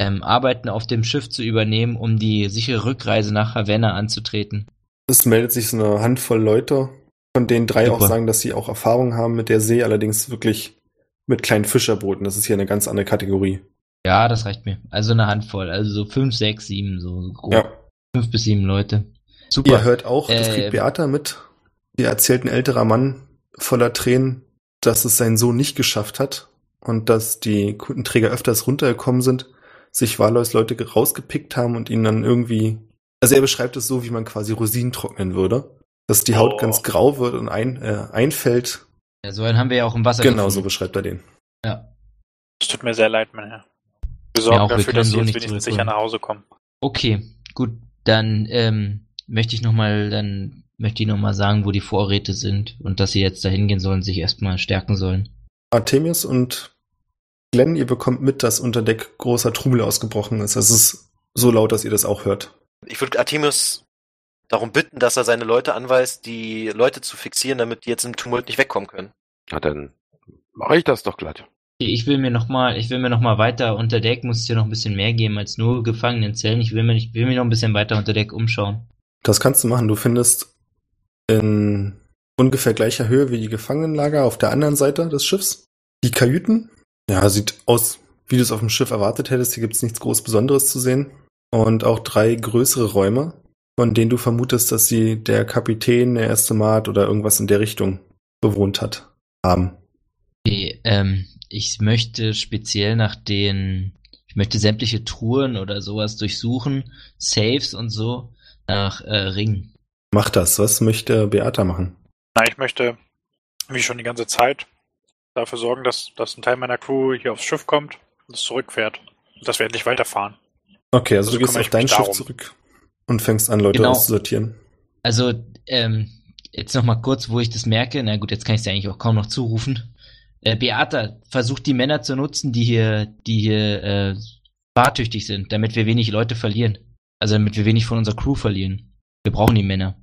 ähm, Arbeiten auf dem Schiff zu übernehmen, um die sichere Rückreise nach Havanna anzutreten? Es meldet sich so eine Handvoll Leute, von denen drei Super. auch sagen, dass sie auch Erfahrung haben mit der See, allerdings wirklich mit kleinen Fischerbooten. Das ist hier eine ganz andere Kategorie. Ja, das reicht mir. Also eine Handvoll. Also so fünf, sechs, sieben, so grob. Ja. Fünf bis sieben Leute. Super. Ihr hört auch, das Äh, kriegt Beata mit. Ihr erzählt ein älterer Mann voller Tränen, dass es sein Sohn nicht geschafft hat und dass die Kundenträger öfters runtergekommen sind, sich wahllos Leute ge- rausgepickt haben und ihnen dann irgendwie. Also er beschreibt es so, wie man quasi Rosinen trocknen würde. Dass die Haut Oh. ganz grau wird und ein, äh, einfällt. ja, so einen haben wir ja auch im Wasser. Genau so gefunden. beschreibt er den. Ja. Es tut mir sehr leid, mein Herr. Wir sorgen Ja, auch wir dafür, können dass so sie jetzt nicht wenigstens zurückholen. sicher nach Hause kommen. Okay, gut. Dann ähm, möchte ich nochmal, dann möchte ich nochmal sagen, wo die Vorräte sind und dass sie jetzt da hingehen sollen, sich erstmal stärken sollen. Artemius und Glenn, ihr bekommt mit, dass unter Deck großer Trubel ausgebrochen ist. Es ist so laut, dass ihr das auch hört. Ich würde Artemius darum bitten, dass er seine Leute anweist, die Leute zu fixieren, damit die jetzt im Tumult nicht wegkommen können. Na dann mache ich das doch glatt. Ich will mir nochmal, ich will mir nochmal weiter unter Deck, muss es ja noch ein bisschen mehr geben als nur Gefangenenzellen. Ich will mir, ich will mir noch ein bisschen weiter unter Deck umschauen. Das kannst du machen. Du findest in ungefähr gleicher Höhe wie die Gefangenenlager auf der anderen Seite des Schiffs die Kajüten. Ja, sieht aus, wie du es auf dem Schiff erwartet hättest. Hier gibt es nichts groß Besonderes zu sehen. Und auch drei größere Räume, von denen du vermutest, dass sie der Kapitän, der erste Mart oder irgendwas in der Richtung bewohnt hat, haben. Okay, ähm, ich möchte speziell nach den, ich möchte sämtliche Truhen oder sowas durchsuchen, Saves und so, nach äh, Ringen. Mach das. Was möchte Beata machen? Na, ich möchte, wie schon die ganze Zeit, dafür sorgen, dass, dass ein Teil meiner Crew hier aufs Schiff kommt und es zurückfährt. Und dass wir endlich weiterfahren. Okay, also, Also du gehst kümmere auf ich dein mich Schiff darum. zurück und fängst an, Leute Genau. auszusortieren. Also, ähm, jetzt nochmal kurz, wo ich das merke, na gut, jetzt kann ich es ja eigentlich auch kaum noch zurufen. Äh, Beata, versucht die Männer zu nutzen, die hier, die hier äh, fahrtüchtig sind, damit wir wenig Leute verlieren. Also damit wir wenig von unserer Crew verlieren. Wir brauchen die Männer.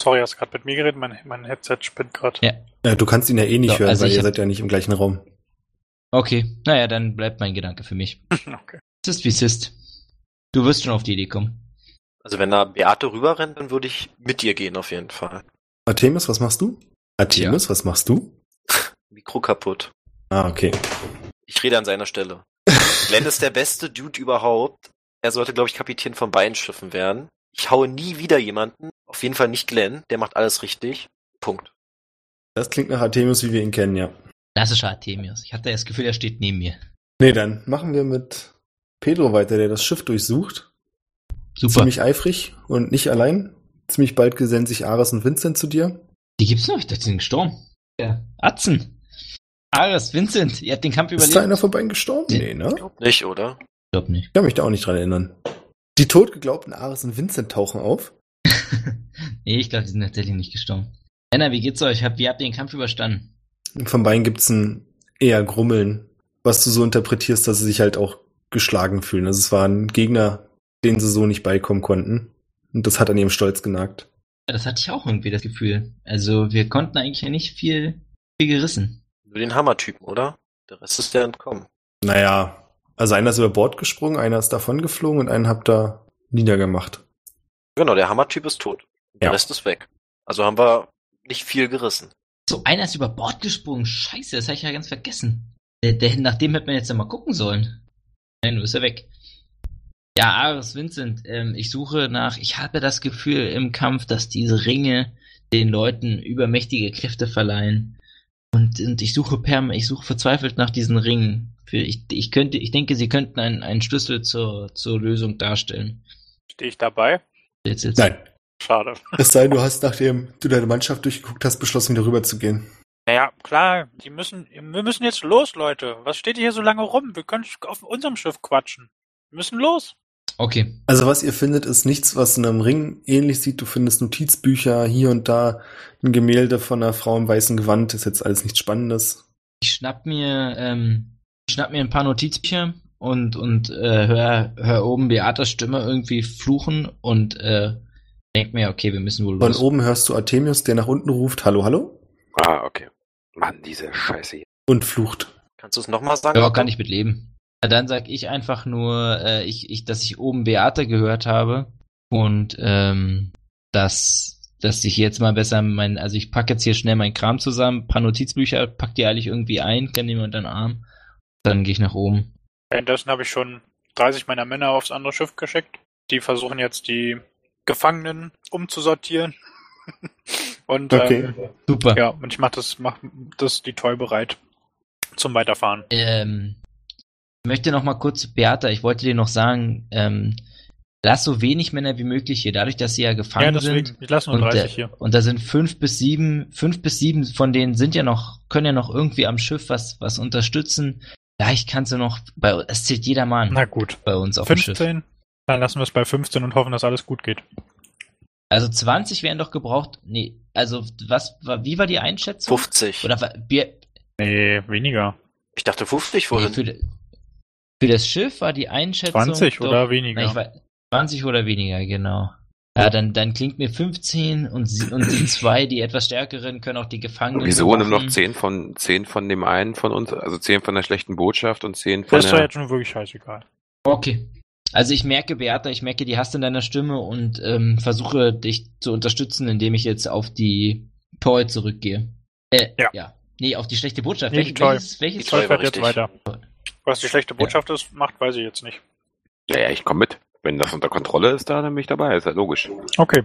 Sorry, hast gerade mit mir geredet, mein, mein Headset spinnt gerade. Ja. Ja, du kannst ihn ja eh nicht So, hören, also weil ich ihr hab- seid ja nicht im gleichen Raum. Okay, naja, dann bleibt mein Gedanke für mich. Okay. Es ist wie es ist. Du wirst schon auf die Idee kommen. Also wenn da Beate rüberrennt, dann würde ich mit ihr gehen auf jeden Fall. Artemis, was machst du? Artemis, was machst du? Mikro kaputt. Ah, okay. Ich rede an seiner <laughs> Stelle. Glenn ist der beste Dude überhaupt. Er sollte, glaube ich, Kapitän von beiden Schiffen werden. Ich haue nie wieder jemanden. Auf jeden Fall nicht Glenn. Der macht alles richtig. Punkt. Das klingt nach Artemis, wie wir ihn kennen, ja. Klassischer Artemius. Ich hatte das Gefühl, er steht neben mir. Nee, dann machen wir mit Pedro weiter, der das Schiff durchsucht. Super. Ziemlich eifrig und nicht allein. Ziemlich bald gesellen sich Ares und Vincent zu dir. Die gibt's noch? Ich dachte, die sind gestorben. Ja. Atzen. Ares, Vincent, ihr habt den Kampf überlebt. Ist da einer von beiden gestorben? Nee, Nee. ne? Ich Glaub nicht, oder? ich glaub nicht. kann mich da auch nicht dran erinnern. Die totgeglaubten Ares und Vincent tauchen auf. nee, ich glaube, die sind tatsächlich nicht gestorben. Anna, wie geht's euch? Habt, wie habt ihr den Kampf überstanden? Und von beiden gibt's ein eher Grummeln, was du so interpretierst, dass sie sich halt auch geschlagen fühlen. Also es waren Gegner, denen sie so nicht beikommen konnten. Und das hat an ihrem Stolz genagt. Ja, Das hatte ich auch irgendwie das Gefühl. Also wir konnten eigentlich ja nicht viel, viel gerissen. Nur den Hammertypen, oder? Der Rest ist ja entkommen. Naja, also einer ist über Bord gesprungen, einer ist davon geflogen und einen habt ihr niedergemacht. Genau, der Hammertyp ist tot. Der Ja. Rest ist weg. Also haben wir nicht viel gerissen. So, einer ist über Bord gesprungen. Scheiße, das habe ich ja ganz vergessen. Der, der, nach dem hätte man jetzt ja mal gucken sollen. Nein, du bist ja weg. Ja, Ares Vincent, ähm, ich suche nach, ich habe das Gefühl im Kampf, dass diese Ringe den Leuten übermächtige Kräfte verleihen. Und, und ich suche perm, ich suche verzweifelt nach diesen Ringen. Für, ich, ich könnte, ich denke, sie könnten einen, einen Schlüssel zur, zur Lösung darstellen. Stehe ich dabei? Jetzt, jetzt. Nein. Schade. Es sei denn, du hast, nachdem du deine Mannschaft durchgeguckt hast, beschlossen, wieder rüber zu gehen. Naja, klar, die müssen, wir müssen jetzt los, Leute. Was steht ihr hier so lange rum? Wir können auf unserem Schiff quatschen. Wir müssen los. Okay. Also was ihr findet, ist nichts, was in einem Ring ähnlich sieht. Du findest Notizbücher hier und da, ein Gemälde von einer Frau im weißen Gewand. Ist jetzt alles nichts Spannendes. Ich schnapp mir, ähm, schnapp mir ein paar Notizbücher und, und äh, hör, hör oben Beatas Stimme irgendwie fluchen und äh, denk mir, okay, wir müssen wohl Von los. oben hörst du Artemius, der nach unten ruft, hallo, hallo, Ah, okay. Mann, diese Scheiße. hier. und flucht. Kannst du es nochmal sagen? Ja, kann ich mitleben. Ja, dann sag ich einfach nur, äh, ich, ich, dass ich oben Beate gehört habe und ähm, dass, dass ich jetzt mal besser mein, also ich pack jetzt hier schnell meinen Kram zusammen, paar Notizbücher, pack die eilig irgendwie ein, kann jemand unter den Arm, dann gehe ich nach oben. Währenddessen habe ich schon 30 meiner Männer aufs andere Schiff geschickt. Die versuchen jetzt die Gefangenen umzusortieren. <laughs> und Okay. ähm, Super. ja, und ich mache das, mach das die Toy bereit zum Weiterfahren. Ähm, ich möchte noch mal kurz zu Beata, ich wollte dir noch sagen, ähm, lass so wenig Männer wie möglich hier, dadurch, dass sie ja gefangen ja, deswegen, sind. ich lasse nur Und, 30 äh, hier. und da sind fünf bis sieben, fünf bis sieben von denen sind ja noch, können ja noch irgendwie am Schiff was, was unterstützen. Vielleicht kannst du noch, bei, es zählt jeder Mann Na gut. bei uns auf dem Schiff. 15? Dann lassen wir es bei 15 und hoffen, dass alles gut geht. Also 20 wären doch gebraucht, nee, also was, war- wie war die Einschätzung? 50. Oder wa- wir, Nee, weniger. Ich dachte 50 nee, vorhin. Also für, für das Schiff war die Einschätzung 20 doch- oder Na, weniger. ich weiß, 20 oder weniger, genau. Ja, dann, dann klingt mir 15 und, sie, und die zwei, die etwas stärkeren, können auch die Gefangenen. Wieso nimm noch bewachen. 10 von, 10 von dem einen von uns, also 10 von der schlechten Botschaft und 10 von das ist doch der... jetzt schon wirklich scheißegal. Okay. Also ich merke, Beata, ich merke die Hast in deiner Stimme und ähm, versuche dich zu unterstützen, indem ich jetzt auf die Toy zurückgehe. Äh, Ja. ja. Nee, auf die schlechte Botschaft. Nee, die Toy. welches, welches Die Toll Toll war fährt jetzt richtig. weiter. Was die schlechte Botschaft ist, macht, weiß ich jetzt nicht. Naja, ich komme mit. Wenn das unter Kontrolle ist, da, dann bin ich dabei. Ist ja logisch. Okay.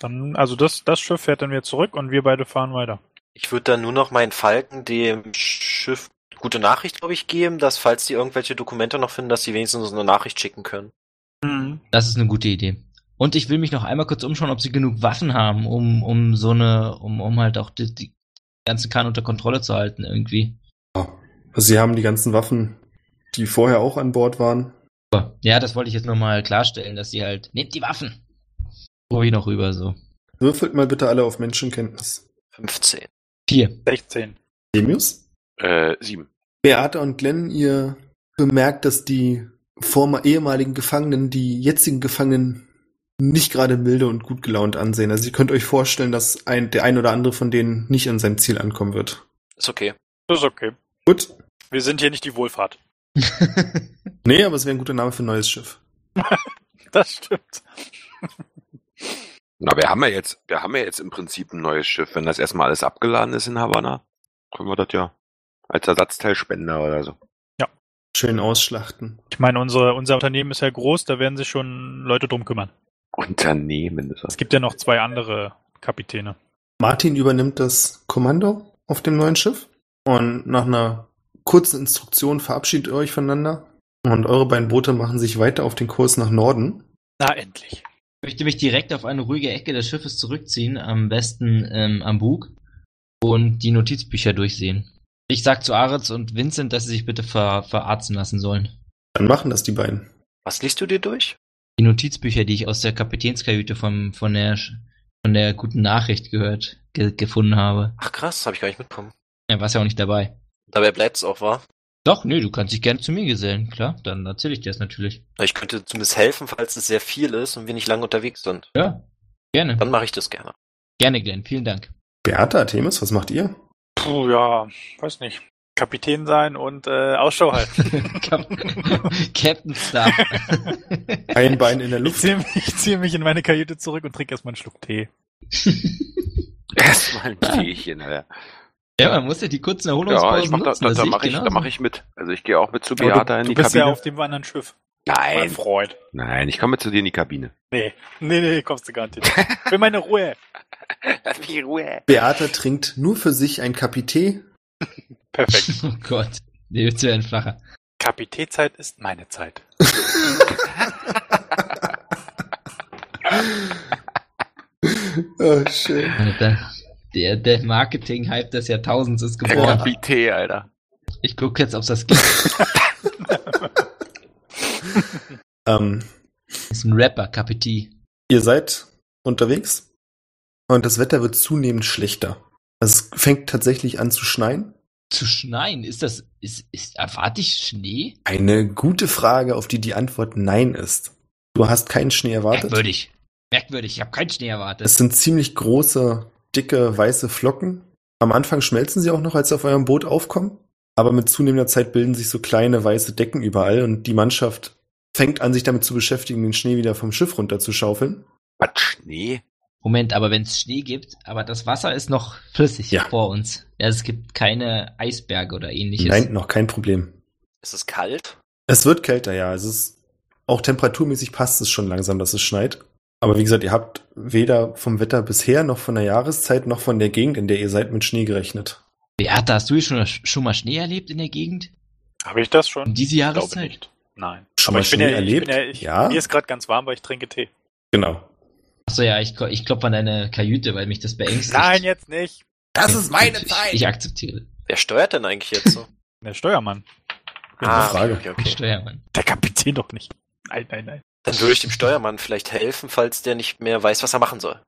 Dann, also das, das Schiff fährt dann wieder zurück und wir beide fahren weiter. Ich würde dann nur noch meinen Falken dem Schiff gute Nachricht, glaube ich, geben, dass falls die irgendwelche Dokumente noch finden, dass sie wenigstens uns eine Nachricht schicken können. Das ist eine gute Idee. Und ich will mich noch einmal kurz umschauen, ob sie genug Waffen haben, um, um so eine, um, um halt auch die, die ganze Kahn unter Kontrolle zu halten irgendwie. Also sie haben die ganzen Waffen, die vorher auch an Bord waren. Super. Ja, das wollte ich jetzt nochmal klarstellen, dass sie halt, nehmt die Waffen. Ruhe ich noch rüber, so. Würfelt mal bitte alle auf Menschenkenntnis. 15. Vier. <laughs> 16. Demius? Äh, 7. Beate und Glenn, ihr bemerkt, dass die former ehemaligen Gefangenen, die jetzigen Gefangenen nicht gerade milde und gut gelaunt ansehen. Also ihr könnt euch vorstellen, dass ein, der ein oder andere von denen nicht an seinem Ziel ankommen wird. Ist okay. Das ist okay. <laughs> Gut. Wir sind hier nicht die Wohlfahrt. Nee, aber es wäre ein guter Name für ein neues Schiff. Das stimmt. Na, wir haben ja jetzt, wir haben ja jetzt im Prinzip ein neues Schiff. Wenn das erstmal alles abgeladen ist in Havanna, können wir das ja als Ersatzteilspender oder so. Schön ausschlachten. Ich meine, unsere, unser Unternehmen ist ja groß, da werden sich schon Leute drum kümmern. Unternehmen ist das. Es gibt ja noch zwei andere Kapitäne. Martin übernimmt das Kommando auf dem neuen Schiff und nach einer kurzen Instruktion verabschiedet ihr euch voneinander und eure beiden Boote machen sich weiter auf den Kurs nach Norden. Na, Ich endlich. möchte mich direkt auf eine ruhige Ecke des Schiffes zurückziehen, am besten ähm, am Bug, und die Notizbücher durchsehen. Ich sag zu Aritz und Vincent, dass sie sich bitte ver verarzen lassen sollen. Dann machen das die beiden. Was liest du dir durch? Die Notizbücher, die ich aus der Kapitänskajüte vom, von, der, Sch- von der guten Nachricht gehört, ge gefunden habe. Ach krass, habe ich gar nicht mitbekommen. Ja, warst ja auch nicht dabei. Dabei bleibt's auch, wahr? Doch, nee, du kannst dich gerne zu mir gesellen, klar. Dann erzähle ich dir das natürlich. Ich könnte zumindest helfen, falls es sehr viel ist und wir nicht lange unterwegs sind. Ja, gerne. Dann mache ich das gerne. Gerne, Glenn. Vielen <laughs> Dank. Beate, Artemis, was macht ihr? Puh, ja, weiß nicht. Kapitän sein und äh, <laughs> Ausschau halten. Kap Captain <laughs> Star. Ein Bein in der Ich Luft. ziehe mich, ich zieh mich in meine Kajüte zurück und trinke erstmal einen Schluck Tee. Erstmal <laughs> ein Teechen, Alter. ja, man muss ja die kurzen Ja, Erholungspausen ich mach da, nutzen. da, da sehe mache ne? ich, da genauso. mach ich mit. Also ich gehe auch mit zu Aber Beata du in du die bist Kabine. ja auf dem anderen Schiff. Mein nein, Freund. nein, ich komme mit zu dir in die Kabine. Nee, nee, nee, kommst du gar nicht. <laughs> hin. Ich will meine Ruhe. Lass mich in Ruhe. Beate trinkt nur für sich ein Kapitän. Perfekt. <laughs> Oh Gott. Nee, jetzt wäre ein flacher. Kapitätzeit ist meine Zeit. Oh, schön. Alter. Der, der Marketing-Hype des Jahrtausends ist Der geboren. Kapitän, Alter. Ich gucke jetzt, ob das gibt. Ähm, ist ein Rapper, Kapitän. ihr seid unterwegs und das Wetter wird zunehmend schlechter. Es fängt tatsächlich an zu schneien. Zu schneien, ist das, ist, ist, erwarte ich Schnee? Eine gute Frage, auf die die Antwort Nein ist. Du hast keinen Schnee erwartet. Merkwürdig. Merkwürdig, ich habe keinen Schnee erwartet. Es sind ziemlich große, dicke, weiße Flocken. Am Anfang schmelzen sie auch noch, als sie auf eurem Boot aufkommen. Aber mit zunehmender Zeit bilden sich so kleine weiße Decken überall und die Mannschaft fängt an, sich damit zu beschäftigen, den Schnee wieder vom Schiff runterzuschaufeln. Was, Schnee? Moment, aber wenn es Schnee gibt, aber das Wasser ist noch flüssig Ja. vor uns. Ja, es gibt keine Eisberge oder ähnliches. Nein, noch kein Problem. Ist es kalt? Es wird kälter, ja. Es ist auch temperaturmäßig passt es schon langsam, dass es schneit. Aber wie gesagt, ihr habt weder vom Wetter bisher noch von der Jahreszeit noch von der Gegend, in der ihr seid, mit Schnee gerechnet. Beata, hast du schon, schon mal Schnee erlebt in der Gegend? Habe ich das schon? Um diese Ich glaube Jahreszeit? nicht. Nein. Schon Aber mal ich bin Schnee ja, erlebt? Ich bin ja, ich, Ja. Mir ist gerade ganz warm, weil ich trinke Tee. Genau. Achso, ja, ich, ko- ich klopfe an deine Kajüte, weil mich das beängstigt. Nein, jetzt nicht. Das ist meine Ich, ich akzeptiere. Wer steuert denn eigentlich jetzt so? Der Steuermann. Ah. Frage. okay, Ich okay. steuere, Mann. Der Kapitän doch nicht. Nein, nein, nein. Dann würde ich dem Steuermann vielleicht helfen, falls der nicht mehr weiß, was er machen soll.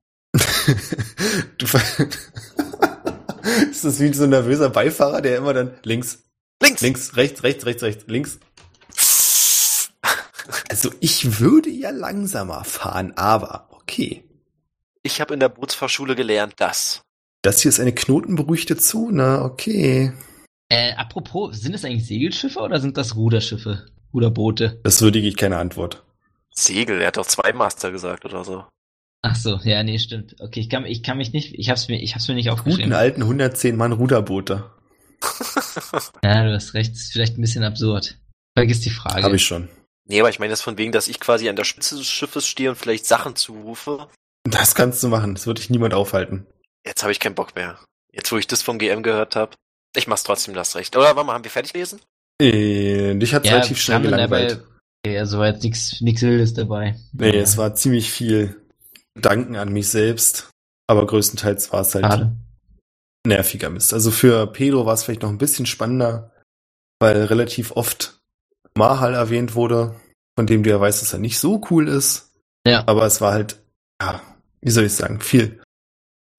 du ver- <laughs> ist das wie so ein nervöser Beifahrer, der immer dann links, Links! links, rechts, rechts, rechts, rechts, links. Also ich würde ja langsamer fahren, aber okay. Ich habe in der Bootsfahrschule gelernt, dass. Das hier ist eine knotenberuhigte Zone, okay. Äh, apropos, sind das eigentlich Segelschiffe oder sind das Ruderschiffe? Ruderboote? Das würdige ich keine Antwort. Segel, er hat doch zwei Master gesagt oder so. <laughs> Ach so, ja, nee, stimmt. Okay, ich kann, ich kann mich nicht, ich hab's mir, ich hab's mir nicht Guten aufgeschrieben. alten 110 Mann Ruderboote. Ja, du hast recht, ist vielleicht ein bisschen absurd. Vergiss die Frage. Habe ich schon. Nee, aber ich meine das von wegen, dass ich quasi an der Spitze des Schiffes stehe und vielleicht Sachen zurufe. Das kannst du machen. Das wird dich niemand aufhalten. Jetzt habe ich keinen Bock mehr. Jetzt, wo ich das vom GM gehört habe. Ich mach's trotzdem das recht. Oder warte mal, haben wir fertig gelesen? Äh, dich hat's Ja, ne, relativ schnell kann man gelangweilt. dabei- Okay, also war jetzt nichts nix Wildes dabei. Nee, ja. es war ziemlich viel Danken an mich selbst. Aber größtenteils war es halt schade. nerviger Mist. Also für Pedro war es vielleicht noch ein bisschen spannender, weil relativ oft Mahal erwähnt wurde, von dem du ja weißt, dass er nicht so cool ist. Ja. Aber es war halt, ja, wie soll ich sagen, viel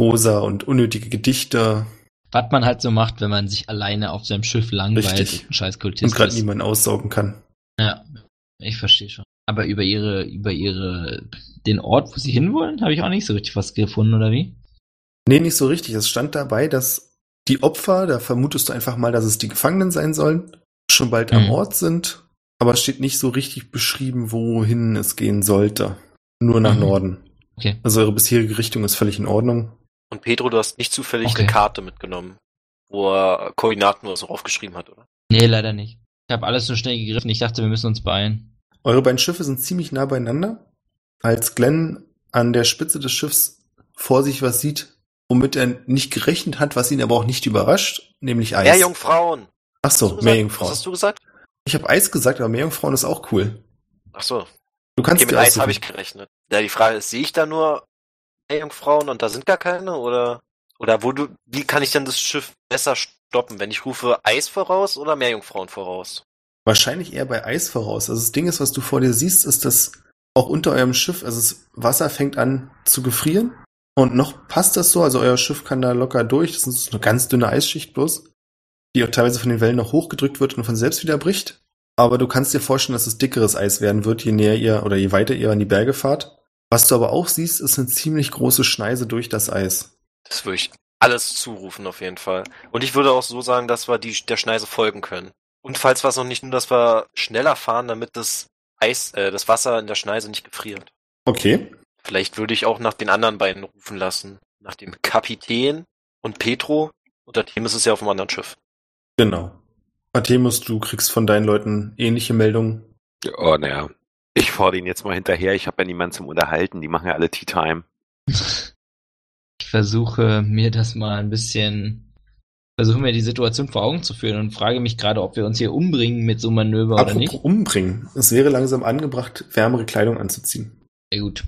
rosa und unnötige Gedichte Was man halt so macht, wenn man sich alleine auf seinem Schiff langweilt Richtig. und ein scheiß und Kultist gerade ist. niemanden aussaugen kann. Ja, ich verstehe schon. Aber über ihre, über ihre, den Ort, wo sie hinwollen, habe ich auch nicht so richtig was gefunden, oder wie? Nee, nicht so richtig. Es stand dabei, dass die Opfer, da vermutest du einfach mal, dass es die Gefangenen sein sollen, schon bald am Mhm. Ort sind, aber es steht nicht so richtig beschrieben, wohin es gehen sollte. Nur nach Mhm. Norden. Okay. Also eure bisherige Richtung ist völlig in Ordnung. Und Pedro, du hast nicht zufällig Okay. eine Karte mitgenommen, wo er Koordinaten oder so aufgeschrieben hat, oder? Nee, leider nicht. Ich habe alles so schnell gegriffen. Ich dachte, wir müssen uns beeilen. Eure beiden Schiffe sind ziemlich nah beieinander. Als Glenn an der Spitze des Schiffs vor sich was sieht, womit er nicht gerechnet hat, was ihn aber auch nicht überrascht, nämlich Eis. Mehr Jungfrauen! Ach Hast du so, gesagt? mehr Was Jungfrauen. hast du gesagt? Ich habe Eis gesagt, aber mehr Jungfrauen ist auch cool. Ach so. Du kannst Okay, mit dir Eis aussuchen. habe ich gerechnet. Ja, die Frage ist, sehe ich da nur Jungfrauen und da sind gar keine? Oder, oder wo du, wie kann ich denn das Schiff besser stoppen, wenn ich rufe Eis voraus oder Meerjungfrauen voraus? Wahrscheinlich eher bei Eis voraus. Also das Ding ist, was du vor dir siehst, ist, dass auch unter eurem Schiff, also das Wasser fängt an zu gefrieren. Und noch passt das so, also euer Schiff kann da locker durch. Das ist eine ganz dünne Eisschicht bloß. die auch teilweise von den Wellen noch hochgedrückt wird und von selbst wieder bricht. Aber du kannst dir vorstellen, dass es dickeres Eis werden wird, je näher ihr oder je weiter ihr an die Berge fahrt. Was du aber auch siehst, ist eine ziemlich große Schneise durch das Eis. Das würde ich alles zurufen auf jeden Fall. Und ich würde auch so sagen, dass wir die, der Schneise folgen können. Und falls wir es noch nicht tun, dass wir schneller fahren, damit das Eis, äh, das Wasser in der Schneise nicht gefriert. Okay. Vielleicht würde ich auch nach den anderen beiden rufen lassen. Nach dem Kapitän und Petro. Und der Team ist es ja auf dem anderen Schiff. Genau. Artemus, du kriegst von deinen Leuten ähnliche Meldungen. Oh, naja. Ich fordere ihn jetzt mal hinterher. Ich habe ja niemanden zum Unterhalten. Die machen ja alle Tea Time. <laughs> Ich versuche mir das mal ein bisschen, versuche mir die Situation vor Augen zu führen und frage mich gerade, ob wir uns hier umbringen mit so einem Manöver oder Apropos nicht. umbringen. Es wäre langsam angebracht, wärmere Kleidung anzuziehen. Ja gut.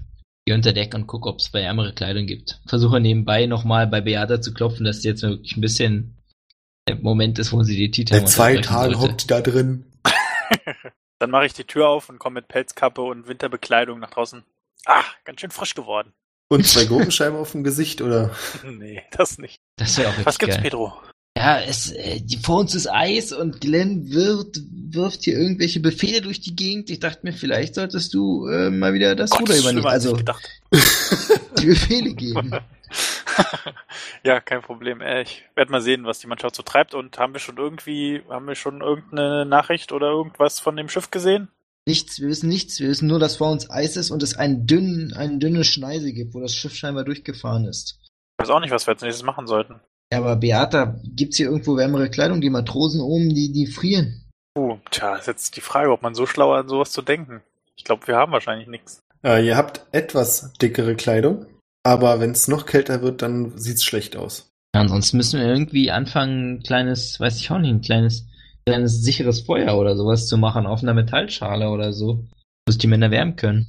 Geh unter Deck und guck, ob es wärmere Kleidung gibt. Versuche nebenbei nochmal bei Beata zu klopfen, dass sie jetzt wirklich ein bisschen im Moment ist, wo sie die Titan Seit zwei Tagen hockt die da drin. Dann mache ich die Tür auf und komme mit Pelzkappe und Winterbekleidung nach draußen. Ah, ganz schön frisch geworden. <laughs> Und <laughs> zwei Gurkenscheiben auf dem Gesicht, oder? nee, das nicht. Das wäre auch Was richtig gibt's, geil. Pedro? Ja, es, äh, die- vor uns ist Eis und Glenn wirft, wirft hier irgendwelche Befehle durch die Gegend. Ich dachte mir, vielleicht solltest du äh, mal wieder das Ruder übernehmen. schlimmer, als Also ich gedacht. <laughs> die Befehle geben. ja, kein Problem. Äh, Ich werde mal sehen, was die Mannschaft so treibt. Und haben wir schon irgendwie, haben wir schon irgendeine Nachricht oder irgendwas von dem Schiff gesehen? Nichts, wir wissen nichts. Wir wissen nur, dass vor uns Eis ist und es einen dünnen, eine dünne Schneise gibt, wo das Schiff scheinbar durchgefahren ist. Ich weiß auch nicht, was wir als nächstes machen sollten. Ja, aber Beata, gibt's hier irgendwo wärmere Kleidung? Die Matrosen oben, die, die frieren. Puh, tja, ist jetzt die Frage, ob man so schlau an sowas zu denken. Ich glaube, wir haben wahrscheinlich nichts. Äh, ihr habt etwas dickere Kleidung, aber wenn es noch kälter wird, dann sieht's schlecht aus. Ja, ansonsten müssen wir irgendwie anfangen, ein kleines, weiß ich auch nicht, ein kleines, kleines sicheres Feuer oder sowas zu machen auf einer Metallschale oder so, dass die Männer wärmen können.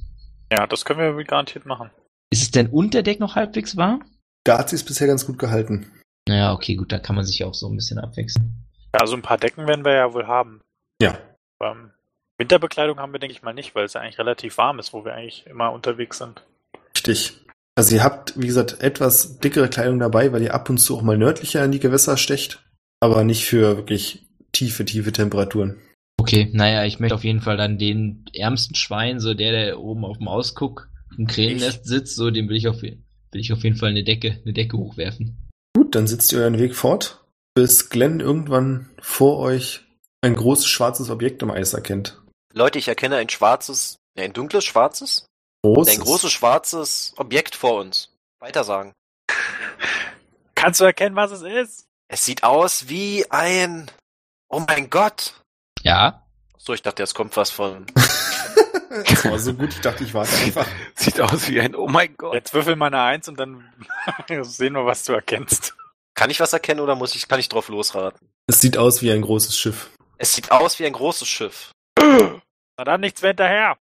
Ja, das können wir garantiert machen. Ist es denn unter Deck noch halbwegs warm? Da hat sie es bisher ganz gut gehalten. Naja, okay, gut, da kann man sich auch so ein bisschen abwechseln. Ja, also ein paar Decken werden wir ja wohl haben. Ja. Aber, ähm, Winterbekleidung haben wir, denke ich mal, nicht, weil es ja eigentlich relativ warm ist, wo wir eigentlich immer unterwegs sind. Richtig. Also ihr habt, wie gesagt, etwas dickere Kleidung dabei, weil ihr ab und zu auch mal nördlicher in die Gewässer stecht, aber nicht für wirklich tiefe, tiefe Temperaturen. Okay, naja, ich möchte auf jeden Fall dann den ärmsten Schwein, so der, der oben auf dem Ausguck im Krähennest sitzt, so dem will ich auf, will ich auf jeden Fall eine Decke, eine Decke hochwerfen. Gut, dann setzt ihr euren Weg fort, bis Glenn irgendwann vor euch ein großes schwarzes Objekt im Eis erkennt. Leute, ich erkenne ein schwarzes, nee, ein dunkles schwarzes, Großes. <laughs> ein großes schwarzes Objekt vor uns. Weitersagen. Kannst du erkennen, was es ist? Es sieht aus wie ein, oh mein Gott. Ja? So, ich dachte, jetzt kommt was von, das war so gut, ich dachte, ich warte einfach. Sieht aus wie ein, oh mein Gott. Jetzt würfel mal eine Eins und dann <laughs> sehen wir, was du erkennst. kann ich was erkennen oder muss ich, kann ich drauf losraten? Es sieht aus wie ein großes Schiff. Es sieht aus wie ein großes Schiff. Na dann nichts mehr hinterher.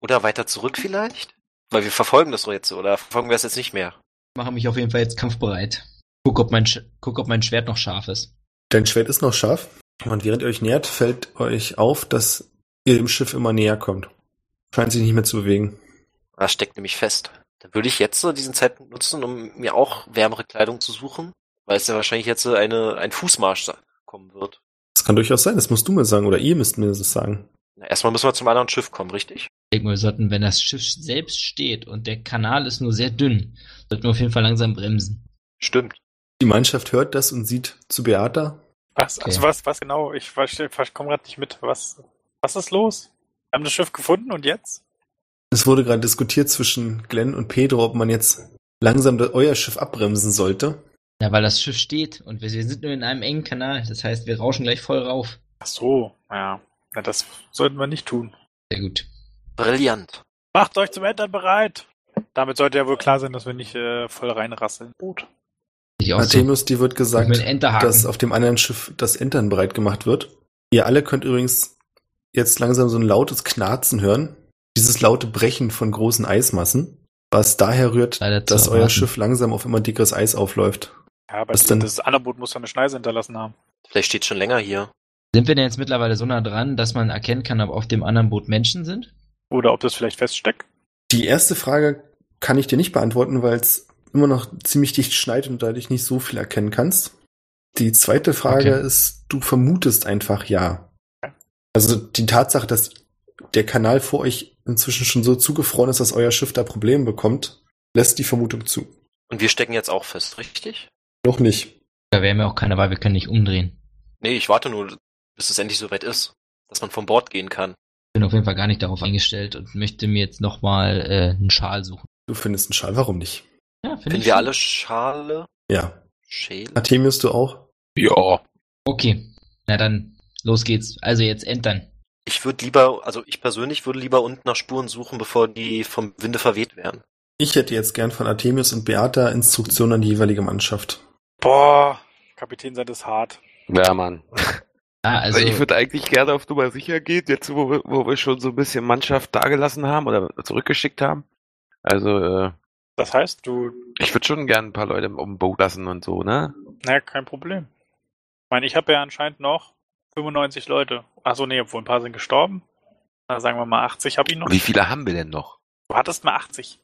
Oder weiter zurück vielleicht? Weil wir verfolgen das Rätsel oder verfolgen wir es jetzt nicht mehr? Mache mich auf jeden Fall jetzt kampfbereit. Guck, ob mein, Sch guck, ob mein Schwert noch scharf ist. Dein Schwert ist noch scharf. Und während ihr euch nähert, fällt euch auf, dass ihr dem Schiff immer näher kommt. Scheint sich nicht mehr zu bewegen. Das steckt nämlich fest. Dann würde ich jetzt so diesen Zeitpunkt nutzen, um mir auch wärmere Kleidung zu suchen, weil es ja wahrscheinlich jetzt so eine, ein Fußmarsch sa- kommen wird. Das kann durchaus sein, das musst du mir sagen, oder ihr müsst mir das sagen. Na, erstmal müssen wir zum anderen Schiff kommen, richtig? Ich denke mal, wir sollten, wenn das Schiff selbst steht und der Kanal ist nur sehr dünn, sollten wir auf jeden Fall langsam bremsen. Stimmt. Die Mannschaft hört das und sieht zu Beata. Was, Okay. also was, was genau? Ich komme gerade nicht mit. Was, was ist los? Wir haben das Schiff gefunden und jetzt? Es wurde gerade diskutiert zwischen Glenn und Pedro, ob man jetzt langsam das- euer Schiff abbremsen sollte. Ja, weil das Schiff steht und wir, wir sind nur in einem engen Kanal. Das heißt, wir rauschen gleich voll rauf. Ach so, ja. Na, das sollten wir nicht tun. Sehr gut. Brillant. Macht euch zum Entern bereit. Damit sollte ja wohl klar sein, dass wir nicht äh, voll reinrasseln. Gut. Ich auch so. Artemus, dir wird gesagt, Mit dem Enterhaken. dass auf dem anderen Schiff das Entern bereit gemacht wird. Ihr alle könnt übrigens jetzt langsam so ein lautes Knarzen hören. Dieses laute Brechen von großen Eismassen, was daher rührt, Leider zu dass euer erwarten. Schiff langsam auf immer dickeres Eis aufläuft. Ja, aber Was die- denn? das Angebot muss ja eine Schneise hinterlassen haben. Vielleicht steht schon länger hier. Sind wir denn jetzt mittlerweile so nah dran, dass man erkennen kann, ob auf dem anderen Boot Menschen sind? Oder ob das vielleicht feststeckt. Die erste Frage kann ich dir nicht beantworten, weil es immer noch ziemlich dicht schneit und dadurch nicht so viel erkennen kannst. Die zweite Frage Okay. ist, du vermutest einfach ja. Also die Tatsache, dass der Kanal vor euch inzwischen schon so zugefroren ist, dass euer Schiff da Probleme bekommt, lässt die Vermutung zu. Und wir stecken jetzt auch fest, richtig? Noch nicht. Da wäre mir auch keiner Wahl, wir können nicht umdrehen. Nee, ich warte nur, bis es endlich soweit ist, dass man vom Bord gehen kann. Bin auf jeden Fall gar nicht darauf eingestellt und möchte mir jetzt nochmal äh, einen Schal suchen. Du findest einen Schal, warum nicht? Ja, finde Finden wir alle Schale? Ja. Schäle? Artemius, du auch? Ja. Okay, na dann, los geht's. Also jetzt entern. Ich würde lieber, also ich persönlich würde lieber unten nach Spuren suchen, bevor die vom Winde verweht werden. Ich hätte jetzt gern von Artemius und Beata Instruktionen an die jeweilige Mannschaft. Boah, Kapitän sein ist hart. Ja, Mann. Ah, Also, also, <laughs> ich würde eigentlich gerne auf Nummer sicher gehen, jetzt wo wir, wo wir schon so ein bisschen Mannschaft dagelassen haben oder zurückgeschickt haben. Also, äh, Das heißt, du, ich würde schon gerne ein paar Leute um Boot lassen und so, ne? naja, kein Problem. Ich meine, ich habe ja anscheinend noch 95 Leute. Achso, nee, obwohl ein paar sind gestorben. Na, sagen wir mal 80 habe ich noch. Wie viele haben wir denn noch? Du hattest mal 80.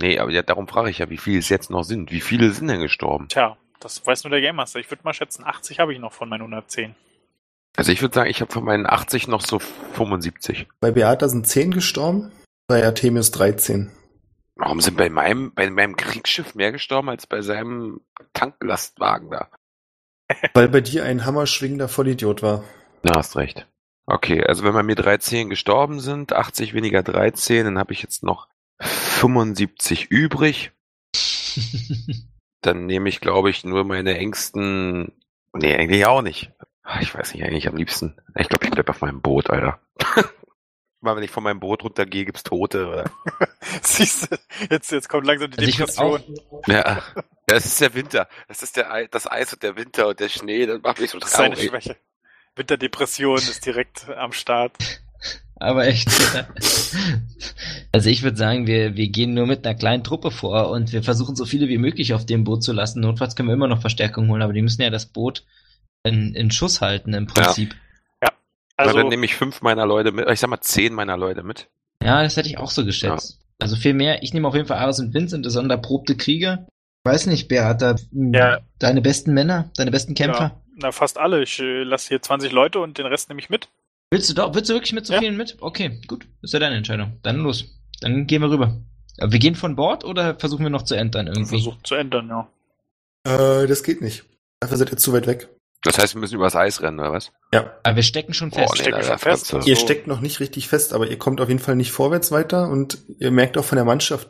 Nee, aber ja, darum frage ich ja, wie viele es jetzt noch sind. Wie viele sind denn gestorben? Tja, das weiß nur der Game Master. Ich würde mal schätzen, 80 habe ich noch von meinen 110. Also ich würde sagen, ich habe von meinen 80 noch so 75. Bei Beata sind 10 gestorben, bei Artemius 13. Warum sind bei meinem, bei meinem Kriegsschiff mehr gestorben als bei seinem Tanklastwagen da? Weil bei dir ein hammerschwingender Vollidiot war. Du hast recht. Okay, also wenn bei mir 13 gestorben sind, 80 weniger 13, dann habe ich jetzt noch 75 übrig. Also Dann nehme ich, glaube ich, nur meine engsten. Nee, eigentlich auch nicht. Ah, Ich weiß nicht, eigentlich am liebsten. Ich glaube, ich bleib auf meinem Boot, <laughs> Alter. Mal, wenn ich von meinem Boot runtergehe, gibt's Tote, oder? <laughs> Siehst du, jetzt, jetzt kommt langsam die also ich würd auch, Depression. Ja. Das ist der Winter. Das ist der, Ei- das Eis und der Winter und der Schnee. Das macht mich so Das ist seine traurig. Schwäche. Winterdepression ist direkt am Start. aber echt. <laughs> also ich würde sagen, wir, wir gehen nur mit einer kleinen Truppe vor und wir versuchen so viele wie möglich auf dem Boot zu lassen. Notfalls können wir immer noch Verstärkung holen, aber die müssen ja das Boot in, in Schuss halten im Prinzip. Also, Also, dann nehme ich fünf meiner Leute mit. Ich sag mal zehn meiner Leute mit. Ja, das hätte ich auch so geschätzt. Also viel mehr. Ich nehme auf jeden Fall Ares und Vincent, das sind erprobte Krieger. Weiß nicht, Beata, Ja. hm, deine besten Männer, deine besten Kämpfer. Ja, na, fast alle. Ich äh, lasse hier 20 Leute und den Rest nehme ich mit. Willst du doch, willst du wirklich mit so Ja. vielen mit? Okay, gut, ist ja deine Entscheidung. Dann los, dann gehen wir rüber. Aber wir gehen von Bord oder versuchen wir noch zu entern und irgendwie? Versucht zu ändern, ja. Äh, das geht nicht. Dafür seid ihr zu weit weg. Das heißt, wir müssen übers Eis rennen, oder was? Ja. Aber wir stecken schon fest. nee. stecken Alter, schon fest. Fratze. Ihr So. steckt noch nicht richtig fest, aber ihr kommt auf jeden Fall nicht vorwärts weiter und ihr merkt auch von der Mannschaft,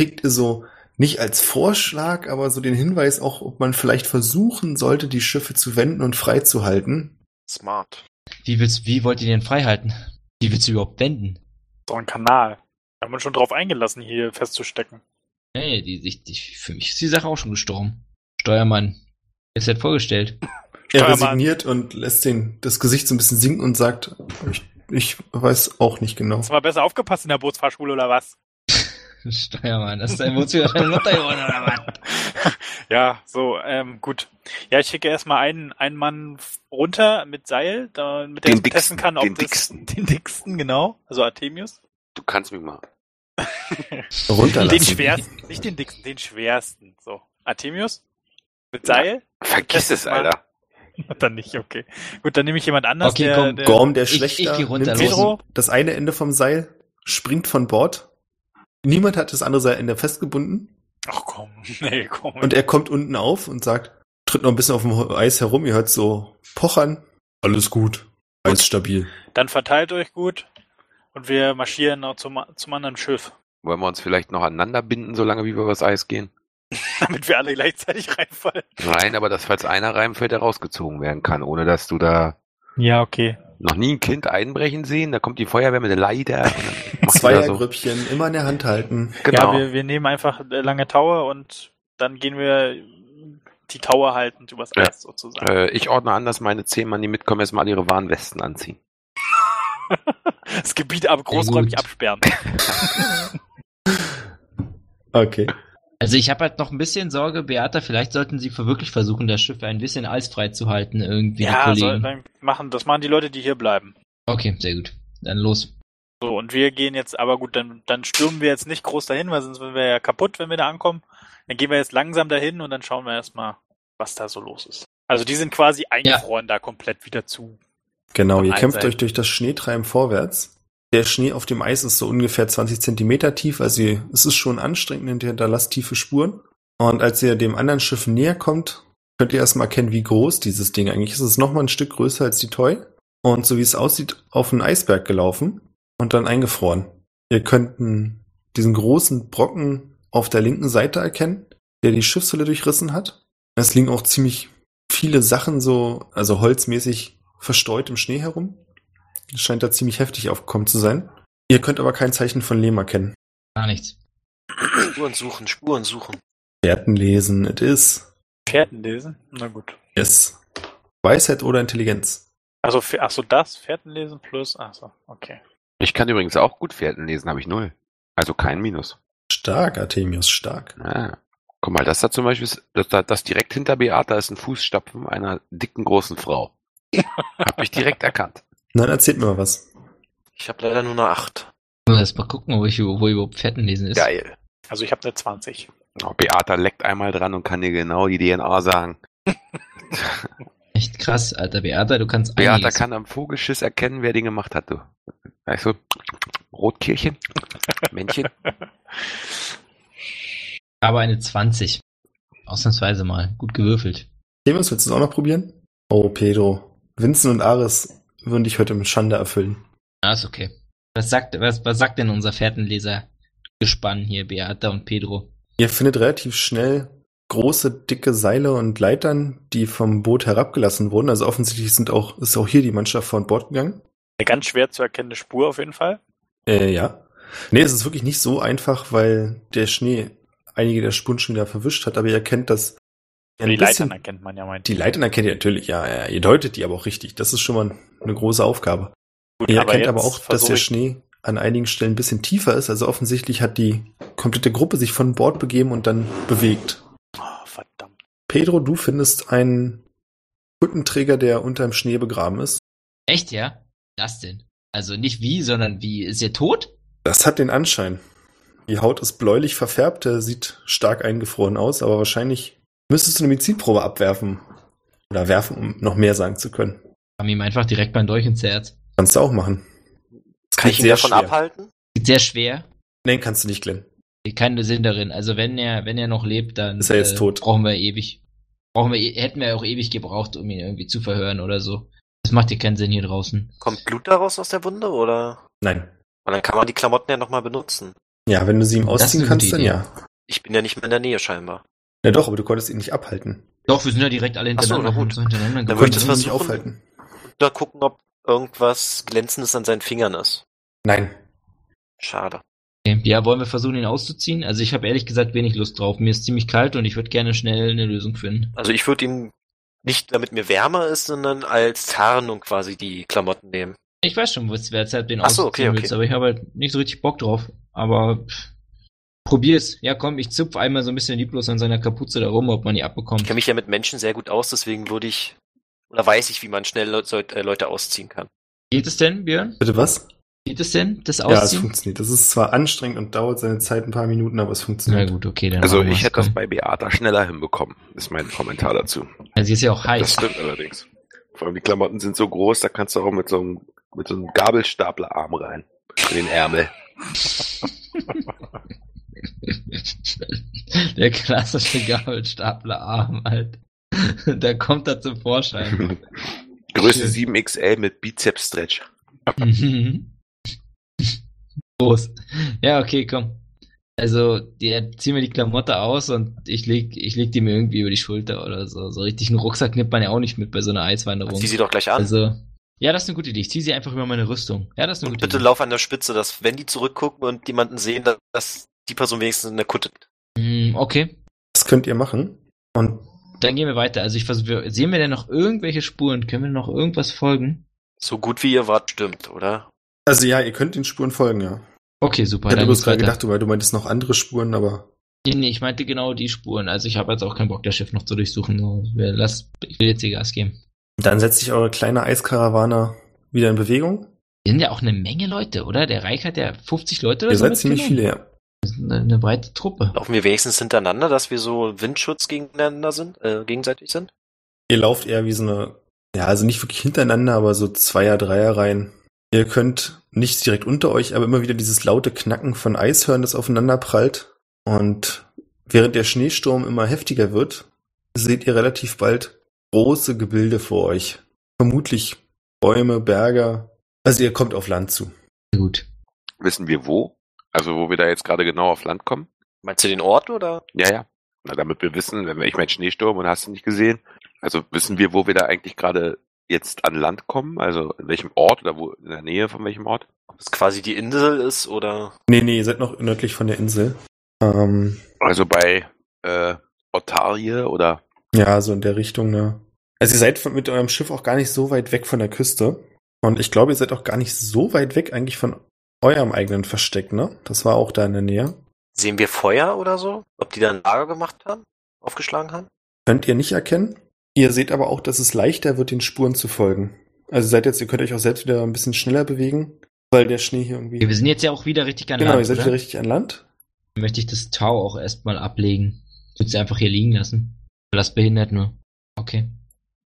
kriegt ihr so nicht als Vorschlag, aber so den Hinweis auch, ob man vielleicht versuchen sollte, die Schiffe zu wenden und freizuhalten. Smart. Wie, willst, wie wollt ihr den freihalten? Wie willst du überhaupt wenden? So ein Kanal. Da haben wir uns schon drauf eingelassen, hier festzustecken. Hey, die, die, die, für mich ist die Sache auch schon gestorben. Steuermann, ist halt vorgestellt. <laughs> Er Steuermann. resigniert und lässt den, das Gesicht so ein bisschen sinken und sagt, ich, ich weiß auch nicht genau. Hast du mal besser aufgepasst in der Bootsfahrschule oder was? Steuermann, das ist dein Wurz wieder <laughs> deine Mutter geworden, oder was? Ja, so, ähm, gut. Ja, ich schicke erstmal einen, einen Mann runter mit Seil, damit er Den jetzt Dicksten, testen kann, ob den das, Dicksten. <laughs> den dicksten, genau, also Artemius. Du kannst mich mal. Den Runterlassen. schwersten, nicht den dicksten, den schwersten, so. Artemius? Mit Seil? <laughs> Vergiss Letztes es, Mal. Alter. Dann nicht, okay. Gut, dann nehme ich jemand anders, Okay, der, komm, der Gorm, der Ich- ich Schlechter, geh runter, nimmt los. diesen- das eine Ende vom Seil, springt von Bord. Niemand hat das andere Seilende festgebunden. Ach komm, <laughs> nee, komm. Und er kommt unten auf und sagt, tritt noch ein bisschen auf dem Eis herum, ihr hört so pochern. Alles gut. Eis stabil. Dann verteilt euch gut und wir marschieren auch zum, zum anderen Schiff, <laughs> Wollen wir uns vielleicht noch aneinander binden, solange wie wir übers Eis gehen? damit wir alle gleichzeitig reinfallen. Nein, aber dass, falls einer reinfällt, der rausgezogen werden kann, ohne dass du da Ja, okay. noch nie ein Kind einbrechen sehen. Da kommt die Feuerwehr mit der Leiter. <laughs> und dann macht jeder so. Zweiergrüppchen, immer in der Hand halten. Genau. Ja, wir, wir nehmen einfach äh, lange Tower und dann gehen wir die Tower haltend übers Ja. Eis sozusagen. äh, ich ordne an, dass meine zehn Mann, die mitkommen, erstmal alle ihre Warnwesten anziehen. Das Gebiet aber großräumig Gut. <laughs> absperren. Okay. Also ich habe halt noch ein bisschen Sorge, Beata, vielleicht sollten sie wirklich versuchen, das Schiff ein bisschen eisfrei zu halten, irgendwie ja, die soll, Kollegen. dann machen, das machen die Leute, die hier bleiben. okay, sehr gut. Dann los. So, und wir gehen jetzt, aber gut, dann, dann stürmen wir jetzt nicht groß dahin, weil sonst wären wir ja kaputt, wenn wir da ankommen. Dann gehen wir jetzt langsam dahin und dann schauen wir erstmal, was da so los ist. Also die sind quasi eingefroren da komplett wieder zu. Genau, ihr Bereit kämpft sein. euch durch das Schneetreiben vorwärts. Der Schnee auf dem Eis ist so ungefähr 20 Zentimeter tief, also ihr- es ist schon anstrengend und ihr hinterlasst tiefe Spuren. Und als ihr dem anderen Schiff näher kommt, könnt ihr erstmal erkennen, wie groß dieses Ding eigentlich ist. Es ist nochmal ein Stück größer als die Toy. Und so wie es aussieht, auf einen Eisberg gelaufen und dann eingefroren. Ihr könnt einen- diesen großen Brocken auf der linken Seite erkennen, der die Schiffshülle durchrissen hat. Es liegen auch ziemlich viele Sachen so, also holzmäßig verstreut im Schnee herum. Es scheint da ziemlich heftig aufgekommen zu sein. Ihr könnt aber kein Zeichen von Lehm erkennen. Gar nichts. Spuren suchen, Spuren suchen. Fährten lesen, it is. Pferden lesen? Na gut. Yes. Weisheit oder Intelligenz? Also, Pfer- ach so, das Pferden lesen plus, ach so, okay. Ich kann übrigens auch gut Pferden lesen, habe ich null. Also kein Minus. Stark, Artemius, stark. Ah. Guck mal, das da zum Beispiel, ist, das, da, das direkt hinter Beata ist ein Fußstapfen einer dicken, großen <laughs> Frau. Hab ich direkt erkannt. Dann erzählt mir mal was. Ich habe leider nur eine 8. Mal erst mal gucken, wo ich wo überhaupt Fetten lesen ist. Geil. Also ich habe eine 20. Oh, Beata leckt einmal dran und kann dir genau die DNA sagen. Echt krass, Alter. Beata, du kannst Beata einiges. kann am Vogelschiss erkennen, wer den gemacht hat, du. Weißt du, <laughs> Rotkehlchen, Männchen. Aber eine 20. Ausnahmsweise mal. Gut gewürfelt. Artemius, willst du es auch noch probieren? Oh, Pedro. Vincent und Ares würden dich heute mit Schande erfüllen. Ah, ist okay. Was sagt, was, was sagt denn unser Fährtenleser? Gespann hier, Beata und Pedro. Ihr findet relativ schnell große, dicke Seile und Leitern, die vom Boot herabgelassen wurden. Also offensichtlich sind auch, ist auch hier die Mannschaft von Bord gegangen. Eine ganz schwer zu erkennende Spur auf jeden Fall. Äh, ja. Nee, es ist wirklich nicht so einfach, weil der Schnee einige der Spuren schon wieder verwischt hat, aber ihr kennt das. die ein bisschen- Leitern erkennt man ja, meint. Die Leitern erkennt ihr natürlich, ja, ja. Ihr deutet die aber auch richtig. Das ist schon mal eine große Aufgabe. ihr erkennt aber auch, dass der Schnee an einigen Stellen ein bisschen tiefer ist. Also offensichtlich hat die komplette Gruppe sich von Bord begeben und dann bewegt. Oh, verdammt. Pedro, du findest einen Hüttenträger, der unterm Schnee begraben ist. Echt, ja? Das denn? Also nicht wie, sondern wie. Ist er tot? Das hat den Anschein. Die Haut ist bläulich verfärbt, er sieht stark eingefroren aus, aber wahrscheinlich müsstest du eine Medizinprobe abwerfen. Oder werfen, um noch mehr sagen zu können. Haben ihm einfach direkt beim Dolch ins Herz. Kannst du auch machen. Das Kann klingt ich ihn davon abhalten? Geht sehr schwer. Nein, kannst du nicht, Glenn. Keine Sinn darin. Also wenn er, wenn er noch lebt, dann äh, Ist er jetzt tot? brauchen wir ewig. Brauchen wir, hätten wir auch ewig gebraucht, um ihn irgendwie zu verhören oder so. Das macht dir keinen Sinn hier draußen. Kommt Blut daraus aus der Wunde oder? Nein. Und dann kann man die Klamotten ja nochmal benutzen. Ja, wenn du sie ihm Das ist ausziehen eine kannst, gute dann Idee. ja. Ich bin ja nicht mehr in der Nähe scheinbar. Ja doch, aber du konntest ihn nicht abhalten. Doch, wir sind ja direkt alle Ach so, hintereinander. na gut. haben uns hintereinander Dann Du geholt. würde ich das konntest ihn nicht versuchen. aufhalten. Oder gucken, ob irgendwas Glänzendes an seinen Fingern ist. Nein. Schade. Okay. Ja, wollen wir versuchen, ihn auszuziehen? Also ich habe ehrlich gesagt wenig Lust drauf. Mir ist ziemlich kalt und ich würde gerne schnell eine Lösung finden. Also ich würde ihn nicht, damit mir wärmer ist, sondern als Tarnung quasi die Klamotten nehmen. Ich weiß schon, was- wer Zeit den Ach so, ausziehen okay, okay. willst, aber ich habe halt nicht so richtig Bock drauf. Aber pff, probier's. Ja, komm, ich zupf einmal so ein bisschen lieblos an seiner Kapuze da rum, ob man die abbekommt. Ich kenne mich ja mit Menschen sehr gut aus, deswegen würde ich, oder weiß ich, wie man schnell Leut- Leut- äh, Leute ausziehen kann. Geht es denn, Björn? Bitte was? Geht es denn, das Ja, es Ausziehen? funktioniert. Das ist zwar anstrengend und dauert seine Zeit ein paar Minuten, aber es Na funktioniert. gut, okay, dann Also machen wir's, ich hätte das komm. bei Beata schneller hinbekommen, ist mein Kommentar dazu. Also sie ist ja auch Das heiß. stimmt allerdings. Vor allem die Klamotten sind so groß, da kannst du auch mit so einem, mit so einem Gabelstaplerarm rein. In den Ärmel. <laughs> Der klassische Gabelstaplerarm halt. <laughs> Da kommt er zum Vorschein. Größe 7XL mit Bizeps-Stretch. Mhm. <laughs> Groß. Ja, okay, komm. Also, der zieh mir die Klamotte aus und ich leg, ich leg die mir irgendwie über die Schulter oder so. So richtig einen Rucksack nimmt man ja auch nicht mit bei so einer Eiswanderung. Zieh sie doch gleich an. Also, ja, das ist eine gute Idee. Ich zieh sie einfach über meine Rüstung. Ja, das ist eine und gute bitte Idee. lauf an der Spitze, dass wenn die zurückgucken und jemanden sehen, dass, dass die Person wenigstens in der Kutte. Hm, okay, Das könnt ihr machen. Und dann gehen wir weiter. Also, ich versuche, sehen wir denn noch irgendwelche Spuren? Können wir noch irgendwas folgen? So gut wie ihr wart, stimmt, oder? also ja, ihr könnt den Spuren folgen, ja. Okay, super. Ich hatte dann bloß geht's gerade weiter. gedacht, du du meintest noch andere Spuren, aber Nee, nee, ich meinte genau die Spuren. Also, ich habe jetzt auch keinen Bock, das Schiff noch zu durchsuchen. So, wir- Lass, ich will jetzt hier Gas geben. Dann setzt sich eure kleine Eiskarawane wieder in Bewegung. Wir sind ja auch eine Menge Leute, oder? Der Reich hat ja 50 Leute oder Ihr so. genau. seid ziemlich mitgenommen. viele, ja. Das ist Eine, eine breite Truppe. Laufen wir wenigstens hintereinander, dass wir so Windschutz gegeneinander sind, äh, gegenseitig sind? Ihr lauft eher wie so eine, ja, also nicht wirklich hintereinander, aber so Zweier-, Dreier-Reihen. Ihr könnt nicht direkt unter euch, aber immer wieder dieses laute Knacken von Eis hören, das aufeinander prallt. Und während der Schneesturm immer heftiger wird, seht ihr relativ bald große Gebilde vor euch. Vermutlich Bäume, Berge. Also ihr kommt auf Land zu. Gut. Wissen wir wo? Also wo wir da jetzt gerade genau auf Land kommen? Meinst du den Ort oder? Ja, ja. Na, damit wir wissen, wenn wir, ich mein Schneesturm und hast du nicht gesehen. Also wissen wir, wo wir da eigentlich gerade jetzt an Land kommen? Also in welchem Ort oder wo in der Nähe von welchem Ort? Ob es quasi die Insel ist oder. Nee, nee, ihr seid noch nördlich von der Insel. Ähm, Also bei äh, Otarie oder Ja, so in der Richtung, ne? Also ihr seid von, mit eurem Schiff auch gar nicht so weit weg von der Küste. Und ich glaube, ihr seid auch gar nicht so weit weg eigentlich von eurem eigenen Versteck, ne? Das war auch da in der Nähe. Sehen wir Feuer oder so? Ob die da ein Lager gemacht haben? Aufgeschlagen haben? Könnt ihr nicht erkennen. Ihr seht aber auch, dass es leichter wird, den Spuren zu folgen. Also ihr seid jetzt, ihr könnt euch auch selbst wieder ein bisschen schneller bewegen, weil der Schnee hier irgendwie. Wir sind jetzt ja auch wieder richtig an genau, ihr Land, seid oder? wieder richtig an Land. Dann möchte ich das Tau auch erstmal ablegen. Ich würde es einfach hier liegen lassen. Weil das behindert nur. Okay.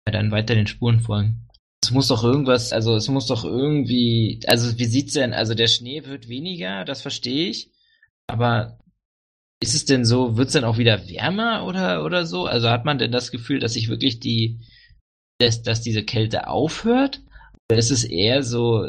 Ja, dann weiter den Spuren folgen. Es muss doch irgendwas, also es muss doch irgendwie, also wie sieht's denn, also der Schnee wird weniger, das verstehe ich. Aber ist es denn so, wird's denn auch wieder wärmer oder, oder so? Also hat man denn das Gefühl, dass sich wirklich die, dass, dass diese Kälte aufhört? Oder ist es eher so,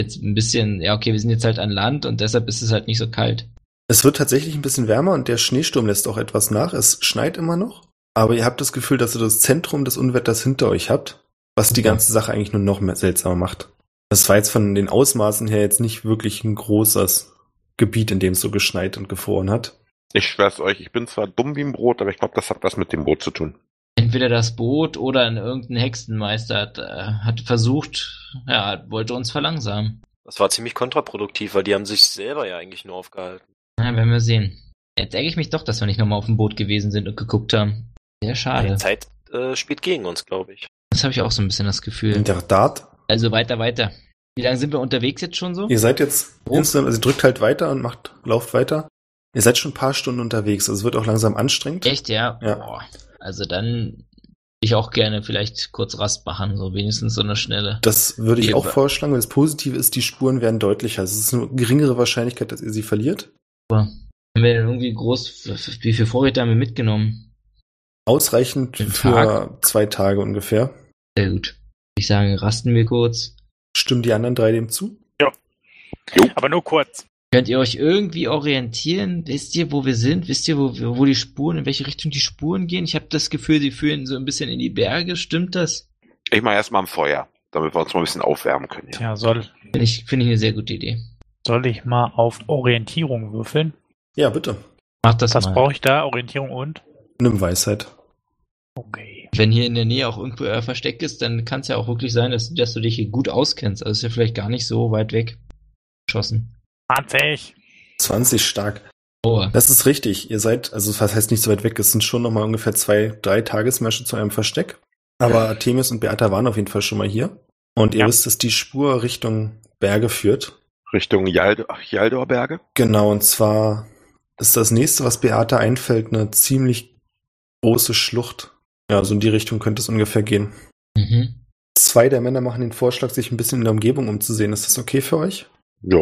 jetzt ein bisschen, ja okay, wir sind jetzt halt an Land und deshalb ist es halt nicht so kalt? Es wird tatsächlich ein bisschen wärmer und der Schneesturm lässt auch etwas nach. Es schneit immer noch. Aber ihr habt das Gefühl, dass ihr das Zentrum des Unwetters hinter euch habt, was die Okay. ganze Sache eigentlich nur noch mehr seltsamer macht. Das war jetzt von den Ausmaßen her jetzt nicht wirklich ein großes Gebiet, in dem es so geschneit und gefroren hat. ich schwör's euch, ich bin zwar dumm wie ein Brot, aber ich glaube, das hat was mit dem Boot zu tun. entweder das Boot oder ein- irgendein Hexenmeister hat, äh, hat versucht, ja, wollte uns verlangsamen. Das war ziemlich kontraproduktiv, weil die haben sich selber ja eigentlich nur aufgehalten. Na, werden wir sehen. Jetzt ärgere ich mich doch, dass wir nicht nochmal auf dem Boot gewesen sind und geguckt haben. Sehr schade. Die Zeit äh, spielt gegen uns, glaube ich. Das habe ich auch so ein bisschen das Gefühl. In der Tat, Also weiter, weiter. Wie lange sind wir unterwegs jetzt schon so? ihr seid jetzt Oh. insgesamt, also ihr drückt halt weiter und macht, lauft weiter. Ihr seid schon ein paar Stunden unterwegs, also es wird auch langsam anstrengend. Echt, ja? Ja. Boah. Also dann würd ich auch gerne vielleicht kurz Rast machen, so wenigstens so eine schnelle. Das würde ich Ihr auch wa- vorschlagen, weil das Positive ist, die Spuren werden deutlicher. Also Es ist eine geringere Wahrscheinlichkeit, dass ihr sie verliert. Haben wir denn irgendwie groß, wie viel Vorräte haben wir mitgenommen? Ausreichend Den für Tag? zwei Tage ungefähr. Sehr gut. Ich sage, rasten wir kurz. Stimmen die anderen drei dem zu? Aber nur kurz. Könnt ihr euch irgendwie orientieren? Wisst ihr, wo wir sind? Wisst ihr, wo, wo die Spuren, in welche Richtung die Spuren gehen? Ich habe das Gefühl, sie führen so ein bisschen in die Berge. Stimmt das? Ich mache erstmal am Feuer, damit wir uns mal ein bisschen aufwärmen können. Ja. Tja, soll, Finde ich, finde ich eine sehr gute Idee. soll ich mal auf Orientierung würfeln? Ja, bitte. Macht das Was mal. brauche ich da? Orientierung und? Nimm Weisheit. Okay. Wenn hier in der Nähe auch irgendwo euer Versteck ist, dann kann es ja auch wirklich sein, dass, dass du dich hier gut auskennst. Also ist ja vielleicht gar nicht so weit weg. Geschossen. <laughs> 20. 20 stark. Oh, Das ist richtig. Ihr seid, also was heißt nicht so weit weg, es sind schon nochmal ungefähr zwei, drei Tagesmärsche zu einem Versteck. Aber Artemis und Beata waren auf jeden Fall schon mal hier. Und ihr Ja. wisst, dass die Spur Richtung Berge führt. Richtung Jald Jaldorberge. Genau, und zwar ist das nächste, was Beata einfällt, eine ziemlich große Schlucht. Ja, so in die Richtung könnte es ungefähr gehen. mhm. Zwei der Männer machen den Vorschlag, sich ein bisschen in der Umgebung umzusehen. Ist das okay für euch? Ja,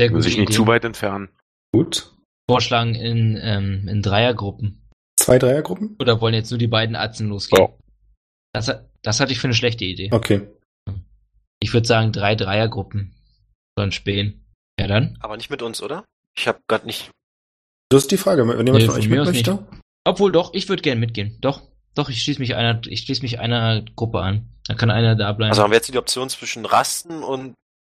sehr will gute sich nicht Idee. zu weit entfernen. Gut. Vorschlagen in, ähm, in Dreiergruppen. Zwei Dreiergruppen? Oder wollen jetzt nur die beiden Atzen losgehen? Ja. Das, hat- das hatte ich für eine schlechte Idee. Okay. Ich würde sagen, drei Dreiergruppen. Dann spähen. Ja, dann. Aber nicht mit uns, oder? Ich habe gerade nicht. Das ist die Frage. Wenn jemand Nee, von von euch mir mit aus möchte? Obwohl doch, ich würde gern mitgehen. Doch, doch, ich schließe mich einer, ich schließe mich einer Gruppe an. Dann kann einer da bleiben. Also haben wir jetzt die Option zwischen Rasten und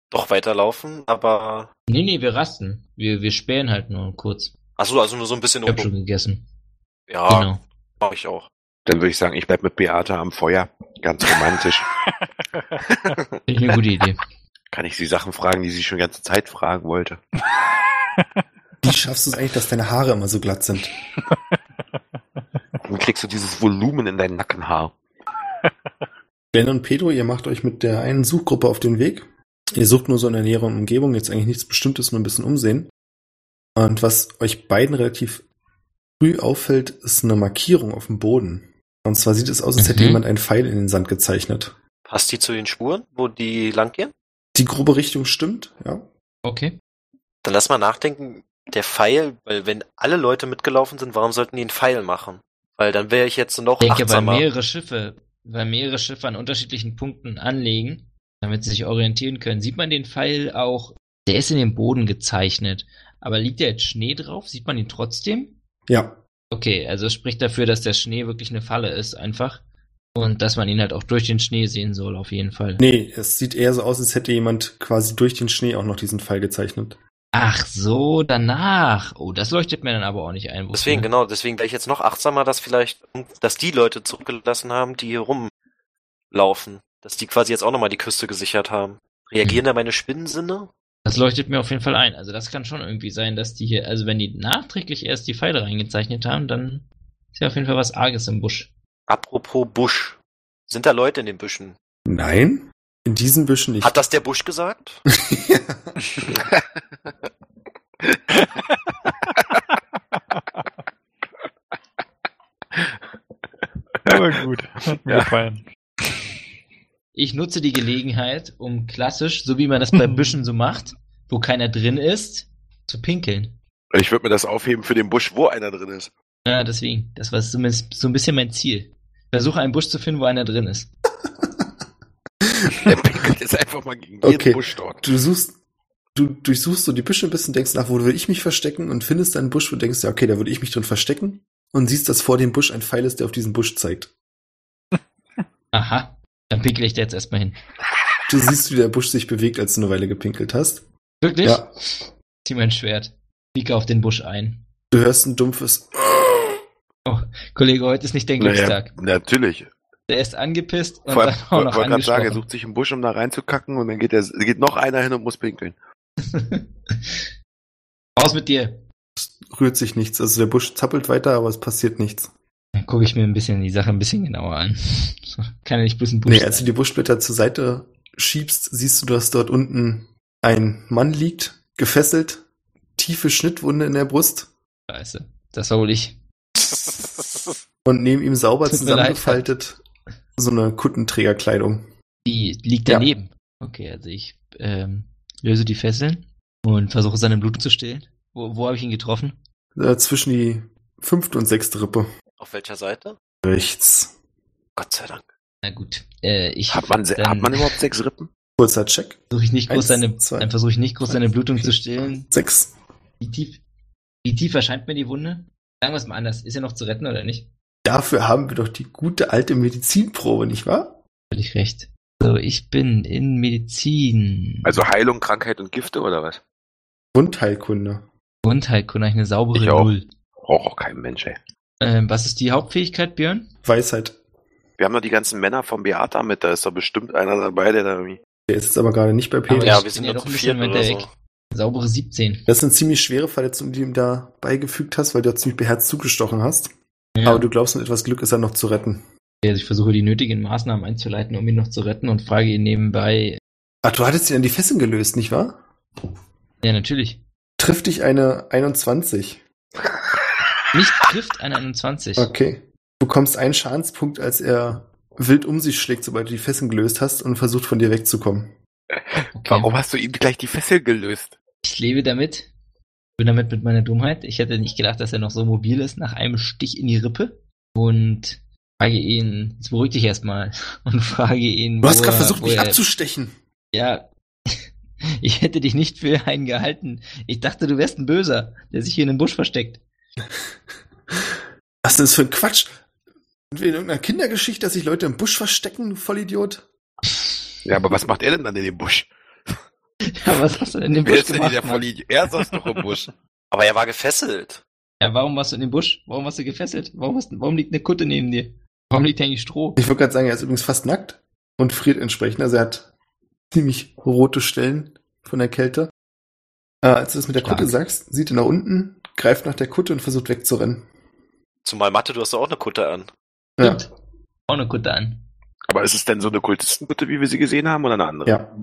doch weiterlaufen, aber. nee, nee, wir rasten. Wir, wir spähen halt nur kurz. Achso, also nur so ein bisschen Ich hab schon rumgucken. gegessen. Ja, Genau. mach ich auch. Dann würde ich sagen, ich bleib mit Beata am Feuer. Ganz romantisch. Finde ich eine gute Idee. <laughs> Kann ich sie Sachen fragen, die sie schon die ganze Zeit fragen wollte. Wie schaffst du es eigentlich, dass deine Haare immer so glatt sind? Dann kriegst du dieses Volumen in dein Nackenhaar. Glenn und Pedro, ihr macht euch mit der einen Suchgruppe auf den Weg. Ihr sucht nur so in der näheren Umgebung, jetzt eigentlich nichts Bestimmtes, nur ein bisschen umsehen. Und was euch beiden relativ früh auffällt, ist eine Markierung auf dem Boden. Und zwar sieht es aus, als hätte Mhm. jemand einen Pfeil in den Sand gezeichnet. Passt die zu den Spuren, wo die lang gehen? Die grobe Richtung stimmt, ja. Okay. Dann lass mal nachdenken, der Pfeil, weil wenn alle Leute mitgelaufen sind, warum sollten die einen Pfeil machen? Weil dann wäre ich jetzt noch Ich denke, weil achtsamer. mehrere Schiffe, weil mehrere Schiffe an unterschiedlichen Punkten anlegen, damit sie sich orientieren können, sieht man den Pfeil auch, der ist in den Boden gezeichnet. Aber liegt da jetzt Schnee drauf? Sieht man ihn trotzdem? Ja, Okay, also es spricht dafür, dass der Schnee wirklich eine Falle ist, einfach. Und dass man ihn halt auch durch den Schnee sehen soll, auf jeden Fall. Nee, es sieht eher so aus, als hätte jemand quasi durch den Schnee auch noch diesen Pfeil gezeichnet. Ach so, danach. Oh, das leuchtet mir dann aber auch nicht ein. wofür. Deswegen, genau, deswegen wäre ich jetzt noch achtsamer, dass vielleicht, um, dass die Leute zurückgelassen haben, die hier rumlaufen. Dass die quasi jetzt auch nochmal die Küste gesichert haben. Reagieren da meine Spinnensinne? Das leuchtet mir auf jeden Fall ein. Also das kann schon irgendwie sein, dass die hier, also wenn die nachträglich erst die Pfeile reingezeichnet haben, dann ist ja auf jeden Fall was Arges im Busch. Apropos Busch. Sind da Leute in den Büschen? Nein? In diesen Büschen nicht. Hat <laughs> das der Busch gesagt? Aber gut, hat mir Ja. gefallen. Ich nutze die Gelegenheit, um klassisch, so wie man das bei Büschen so macht, wo keiner drin ist, zu pinkeln. Ich würde mir das aufheben für den Busch, wo einer drin ist. Ja, deswegen. Das war zumindest so ein bisschen mein Ziel. Ich versuche einen Busch zu finden, wo einer drin ist. <laughs> Der pinkelt jetzt einfach mal gegen jeden Okay. Busch dort. Du suchst, du durchsuchst so die Büsche ein bisschen, denkst nach, wo will ich mich verstecken und findest einen Busch und denkst, ja, okay, da würde ich mich drin verstecken und siehst, dass vor dem Busch ein Pfeil ist, der auf diesen Busch zeigt. Aha. Dann pinkel ich da jetzt erstmal hin. Du siehst, wie der Busch sich bewegt, als du eine Weile gepinkelt hast. Wirklich? Ja. Zieh mein Schwert. Pieke auf den Busch ein. Du hörst ein dumpfes, Kollege, heute ist nicht dein Naja, Glückstag. natürlich. Der ist angepisst und Vor allem, dann auch wollte noch gerade sagen, er angesprochen. sucht sich einen Busch, um da reinzukacken und dann geht, der, geht noch einer hin und muss pinkeln. <laughs> Raus mit dir. rührt sich nichts. Also der Busch zappelt weiter, aber es passiert nichts. Dann gucke ich mir ein bisschen die Sache ein bisschen genauer an. <laughs> Kann ja nicht bloß ein Busch Nee, als du also- sein. die Buschblätter zur Seite schiebst, siehst du, dass dort unten ein Mann liegt, gefesselt, tiefe Schnittwunde in der Brust Scheiße. Das war wohl ich. und neben ihm sauber Tut mir leid. zusammengefaltet so eine Kuttenträgerkleidung. Die liegt Ja. daneben. Okay, also ich ähm, löse die Fesseln und versuche seine Blutung zu stillen. Wo, wo habe ich ihn getroffen? Äh, zwischen die fünfte und sechste Rippe. Auf welcher Seite? Rechts. Gott sei Dank. Na gut. Äh, ich Hat man, se- Dann- hat man überhaupt sechs Rippen? Kurzer Check. versuche ich nicht groß Eins, seine, zwei, dann versuche ich nicht groß drei, seine Blutung vier, zu stillen. Sechs. Wie tief, wie tief erscheint mir die Wunde? Sagen wir es mal anders. Ist er noch zu retten oder nicht? Dafür haben wir doch die gute alte Medizinprobe, nicht wahr? Völlig recht. So, ich bin in Medizin. Also Heilung, Krankheit und Gifte oder was? Wundheilkunde. Grundheilkunde, eine saubere Ich auch. Null. Braucht auch kein Mensch, ey. Ähm, was ist die Hauptfähigkeit, Björn? Weisheit. Wir haben doch die ganzen Männer vom Beata mit, da ist doch bestimmt einer dabei, der da irgendwie. Der ist jetzt aber gerade nicht bei Peter. Aber ja, ich wir bin sind ja ja doch zu ein viert bisschen oder weiter so. weg. Saubere 17. Das ist eine ziemlich schwere Verletzung, die du ihm da beigefügt hast, weil du ja ziemlich beherzt zugestochen hast. Ja. Aber du glaubst, mit etwas Glück ist er noch zu retten. Also ich versuche die nötigen Maßnahmen einzuleiten, um ihn noch zu retten und frage ihn nebenbei. Ach, du hattest ihn an die Fesseln gelöst, nicht wahr? Ja, natürlich. Trifft dich eine 21. Mich trifft eine 21. Okay. Du bekommst einen Schadenspunkt, als er wild um sich schlägt, sobald du die Fesseln gelöst hast und versucht von dir wegzukommen. Okay. Warum hast du ihm gleich die Fessel gelöst? Ich lebe damit. Bin damit mit meiner Dummheit. Ich hätte nicht gedacht, dass er noch so mobil ist nach einem Stich in die Rippe. Und frage ihn, jetzt beruhig dich erstmal <laughs> und frage ihn. Du hast wo gerade er- versucht, wo mich er- abzustechen. Ja. <laughs> Ich hätte dich nicht für einen gehalten. Ich dachte, du wärst ein Böser, der sich hier in einem Busch versteckt. <laughs> Was ist das für ein Quatsch? Sind wir in irgendeiner Kindergeschichte, dass sich Leute im Busch verstecken, du Vollidiot? Ja, aber was macht er denn dann in dem Busch? Ja, was hast du denn in dem Wer Busch ist denn hier gemacht? der Mann? Vollidiot? Er saß doch <laughs> im Busch. Aber er war gefesselt. Ja, warum warst du in dem Busch? Warum warst du gefesselt? Warum, hast, warum liegt eine Kutte neben dir? Warum liegt hier eigentlich Stroh? Ich würde gerade sagen, er ist übrigens fast nackt und friert entsprechend. Also er hat ziemlich rote Stellen von der Kälte. Äh, als du das mit der Stark. Kutte sagst, sieht er nach unten, greift nach der Kutte und versucht wegzurennen. Zumal Mathe, du hast doch auch eine Kutte an. Ja. Stimmt. Auch eine Kutte an. Aber ist es denn so eine Kultistenbutte, wie wir sie gesehen haben, oder eine andere? ja.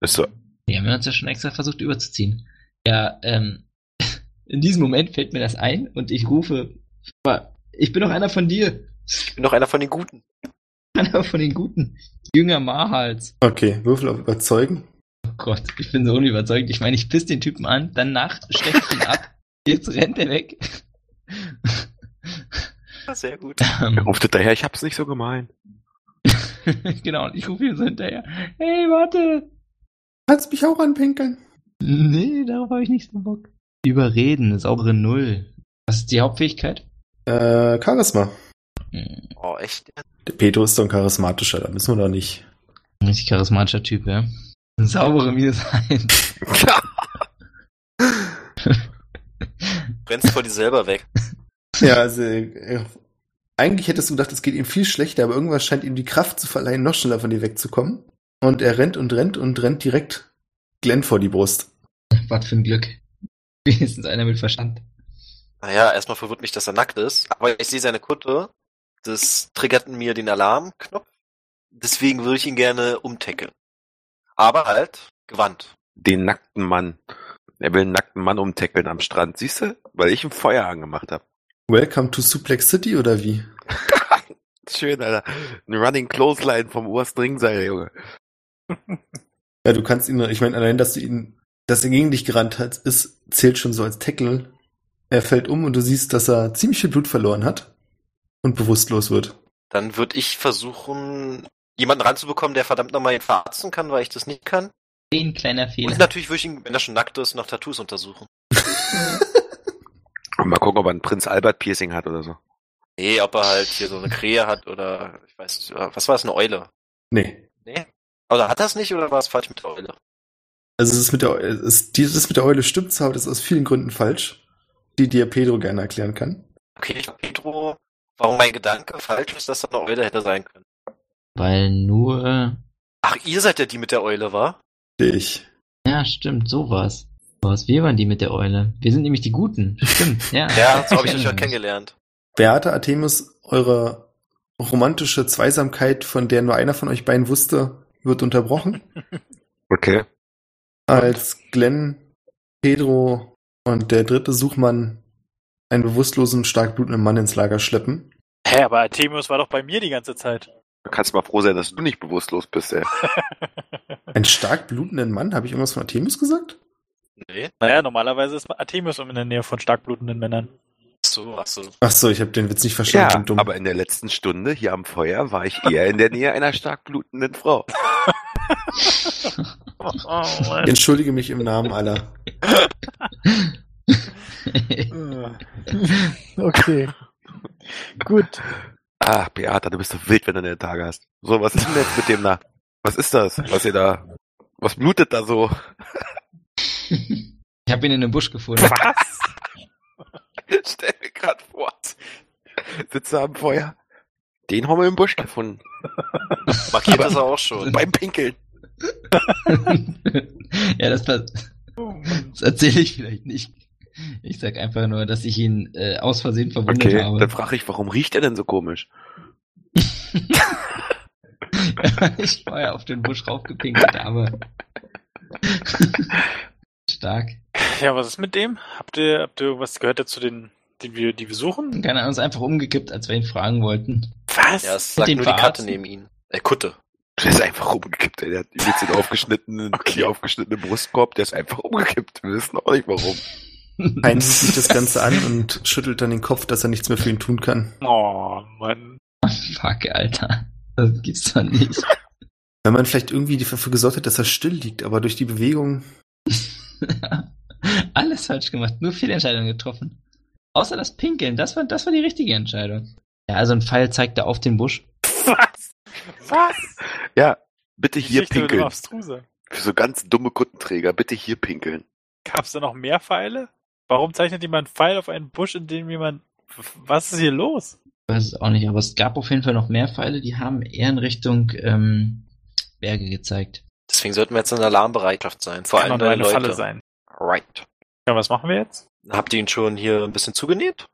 Ist so. Die haben wir uns ja schon extra versucht überzuziehen. Ja, ähm, <laughs> in diesem Moment fällt mir das ein und ich rufe, "Aber ich bin doch einer von dir. <laughs> Ich bin doch einer von den Guten. Einer von den Guten. Jünger Mahals. Okay, Würfel auf überzeugen. Oh Gott, ich bin so unüberzeugt. Ich meine, ich piss den Typen an, danach steche ich ihn <laughs> ab. Jetzt rennt er weg. <laughs> Ja, Sehr gut. Er Ähm, <laughs> ruft hinterher, ich hab's nicht so gemeint. genau, und ich rufe ihn so hinterher. Hey, warte! Kannst mich auch anpinkeln. Nee, darauf habe ich nicht so Bock. Überreden, eine saubere Null. Was ist die Hauptfähigkeit? Äh, Charisma. Hm, Oh, echt? jetzt? Der Pedro ist doch ein charismatischer, da müssen wir doch nicht. ein richtig charismatischer Typ, ja. Eine saubere Minus eins. Du Rennst vor dir selber weg. Ja, also äh, eigentlich hättest du gedacht, es geht ihm viel schlechter, aber irgendwas scheint ihm die Kraft zu verleihen, noch schneller von dir wegzukommen. Und er rennt und rennt und rennt direkt Glenn vor die Brust. <laughs> Was für ein Glück. Wenigstens einer mit Verstand. Naja, erstmal verwirrt mich, dass er nackt ist, aber ich sehe seine Kutte. Das triggert in mir den Alarmknopf. Deswegen würde ich ihn gerne umtackeln. Aber halt, gewandt. Den nackten Mann. Er will einen nackten Mann umtackeln am Strand, siehst du? Weil ich ein Feuer angemacht habe. Welcome to Suplex City oder wie? Schön, Alter. Ein Running Clothesline vom obersten Ringseil, Junge. Ja, du kannst ihn, ich meine, allein, dass du ihn, dass er gegen dich gerannt hat, ist, zählt schon so als Tackle. Er fällt um und du siehst, dass er ziemlich viel Blut verloren hat und bewusstlos wird. Dann würde ich versuchen, jemanden ranzubekommen, der verdammt nochmal ihn verarzten kann, weil ich das nicht kann. Ein kleiner Und Fehler. natürlich würde ich ihn, wenn er schon nackt ist, nach Tattoos untersuchen. Und mal gucken, ob er ein Prinz Albert Piercing hat oder so. Nee, ob er halt hier so eine Krähe hat oder, ich weiß, äh, was war es, eine Eule? Nee. Nee. Oder hat das nicht oder war es falsch mit der Eule? Also es ist mit der, es ist, dieses mit der Eule stimmt zwar, aber das ist aus vielen Gründen falsch, die dir Pedro gerne erklären kann. Okay, ich Pedro, warum mein Gedanke falsch ist, dass da eine Eule hätte sein können. Weil nur. äh, Ach, ihr seid ja die mit der Eule, war? Ich. Ja, stimmt, sowas. Was, wir waren die mit der Eule. Wir sind nämlich die Guten. Stimmt, ja. <laughs> Ja, so habe ich erinnere euch <laughs> ja mich. kennengelernt. Beate Artemis, eure romantische Zweisamkeit, von der nur einer von euch beiden wusste, wird unterbrochen. Okay. als Glenn, Pedro und der dritte Suchmann einen bewusstlosen, stark blutenden Mann ins Lager schleppen. Hä, aber Artemius war doch bei mir die ganze Zeit. Du kannst mal froh sein, dass du nicht bewusstlos bist, ey. Einen stark blutenden Mann? Habe ich irgendwas von Artemis gesagt? Nee. naja, normalerweise ist Artemius in der Nähe von stark blutenden Männern. Ach so, ach so. Ach so, ich habe den Witz nicht verstanden. Ja, bin dumm. aber in der letzten Stunde hier am Feuer war ich eher in der Nähe einer stark blutenden Frau. Oh, Mann. ich entschuldige mich im Namen aller. Okay. Gut. Ach, Beata, du bist so wild, wenn du deine Tage hast. So, was ist denn jetzt mit dem da? Was ist das? Was ihr da? Was blutet da so? ich habe ihn in einem Busch gefunden. <laughs> <laughs> Stell mir grad vor. Sitze am Feuer. Den haben wir im Busch gefunden. Markiert ist er auch <laughs> schon. Beim Pinkeln. ja, das, war- das erzähle ich vielleicht nicht. Ich sag einfach nur, dass ich ihn äh, aus Versehen verwundet Okay, habe. dann frage ich, warum riecht er denn so komisch? <laughs> ich vorher auf den Busch raufgepinkelt habe. Stark. Ja, was ist mit dem? Habt ihr, habt ihr was gehört ihr zu den, den wir, die wir suchen? Keine Ahnung, ist einfach umgekippt, als wir ihn fragen wollten. Was? Ja, es lag Den nur die Karte verarzten? neben ihm. Äh, Kutte. Der ist einfach umgekippt, ey. Der hat übelst den aufgeschnittenen, die aufgeschnittene Brustkorb, der ist einfach umgekippt. Wir wissen auch nicht warum. <laughs> Heinz sieht sich das Ganze an und schüttelt dann den Kopf, dass er nichts mehr für ihn tun kann. Oh, Mann. <laughs> Fuck, Alter. Das gibt's doch nicht. <laughs> Wenn man vielleicht irgendwie dafür gesorgt hat, dass er still liegt, aber durch die Bewegung. Alles falsch gemacht, nur Fehlentscheidungen getroffen. Außer das Pinkeln, das war, das war die richtige Entscheidung. Ja, also ein Pfeil zeigt er auf den Busch. Was? Was? Ja, bitte hier Geschichte wird immer pinkeln. abstruser. Für so ganz dumme Kuttenträger, bitte hier pinkeln. Gab's da noch mehr Pfeile? Warum zeichnet jemand einen Pfeil auf einen Busch, in dem jemand. Was ist hier los? Ich weiß es auch nicht, aber es gab auf jeden Fall noch mehr Pfeile, die haben eher in Richtung ähm, Berge gezeigt. Deswegen sollten wir jetzt in Alarmbereitschaft sein. Vor allem doch nur neue eine Leute. Falle sein. Right. Ja, was machen wir jetzt? Habt ihr ihn schon hier ein bisschen zugenäht?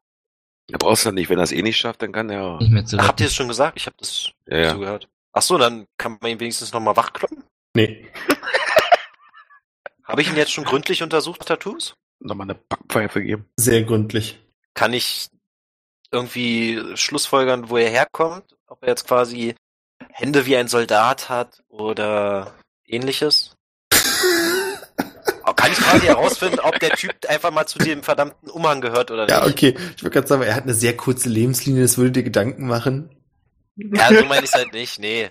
Da brauchst du nicht. Wenn er es eh nicht schafft, dann kann er. Nicht mehr zu Habt ihr retten. es schon gesagt? Ich habe das Ja, ja. zugehört. Ach so, dann kann man ihn wenigstens nochmal wachkloppen. Nee. Habe ich ihn jetzt schon gründlich untersucht, Tattoos? Nochmal eine Backpfeife geben. Sehr gründlich. Kann ich irgendwie schlussfolgern, wo er herkommt, ob er jetzt quasi Hände wie ein Soldat hat oder ähnliches. Kann ich quasi herausfinden, ob der Typ einfach mal zu dem verdammten Umhang gehört oder nicht. Ja, okay. Ich würde gerade sagen, er hat eine sehr kurze Lebenslinie, das würde dir Gedanken machen. Ja, so meine ich halt nicht, nee.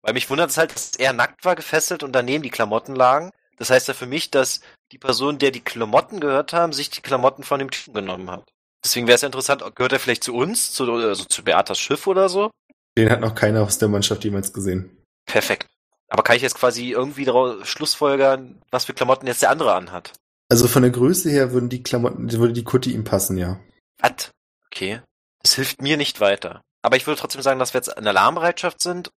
Weil mich wundert es halt, dass er nackt war, gefesselt und daneben die Klamotten lagen. Das heißt ja für mich, dass die Person, der die Klamotten gehört haben, sich die Klamotten von dem Typen genommen hat. Deswegen wäre es ja interessant, gehört er vielleicht zu uns, zu, also zu Beatas Schiff oder so? Den hat noch keiner aus der Mannschaft jemals gesehen. Perfekt. Aber kann ich jetzt quasi irgendwie daraus schlussfolgern, was für Klamotten jetzt der andere anhat? Also von der Größe her würden die Klamotten, würde die Kutti ihm passen, ja. Was? Okay. Das hilft mir nicht weiter. Aber ich würde trotzdem sagen, dass wir jetzt in Alarmbereitschaft sind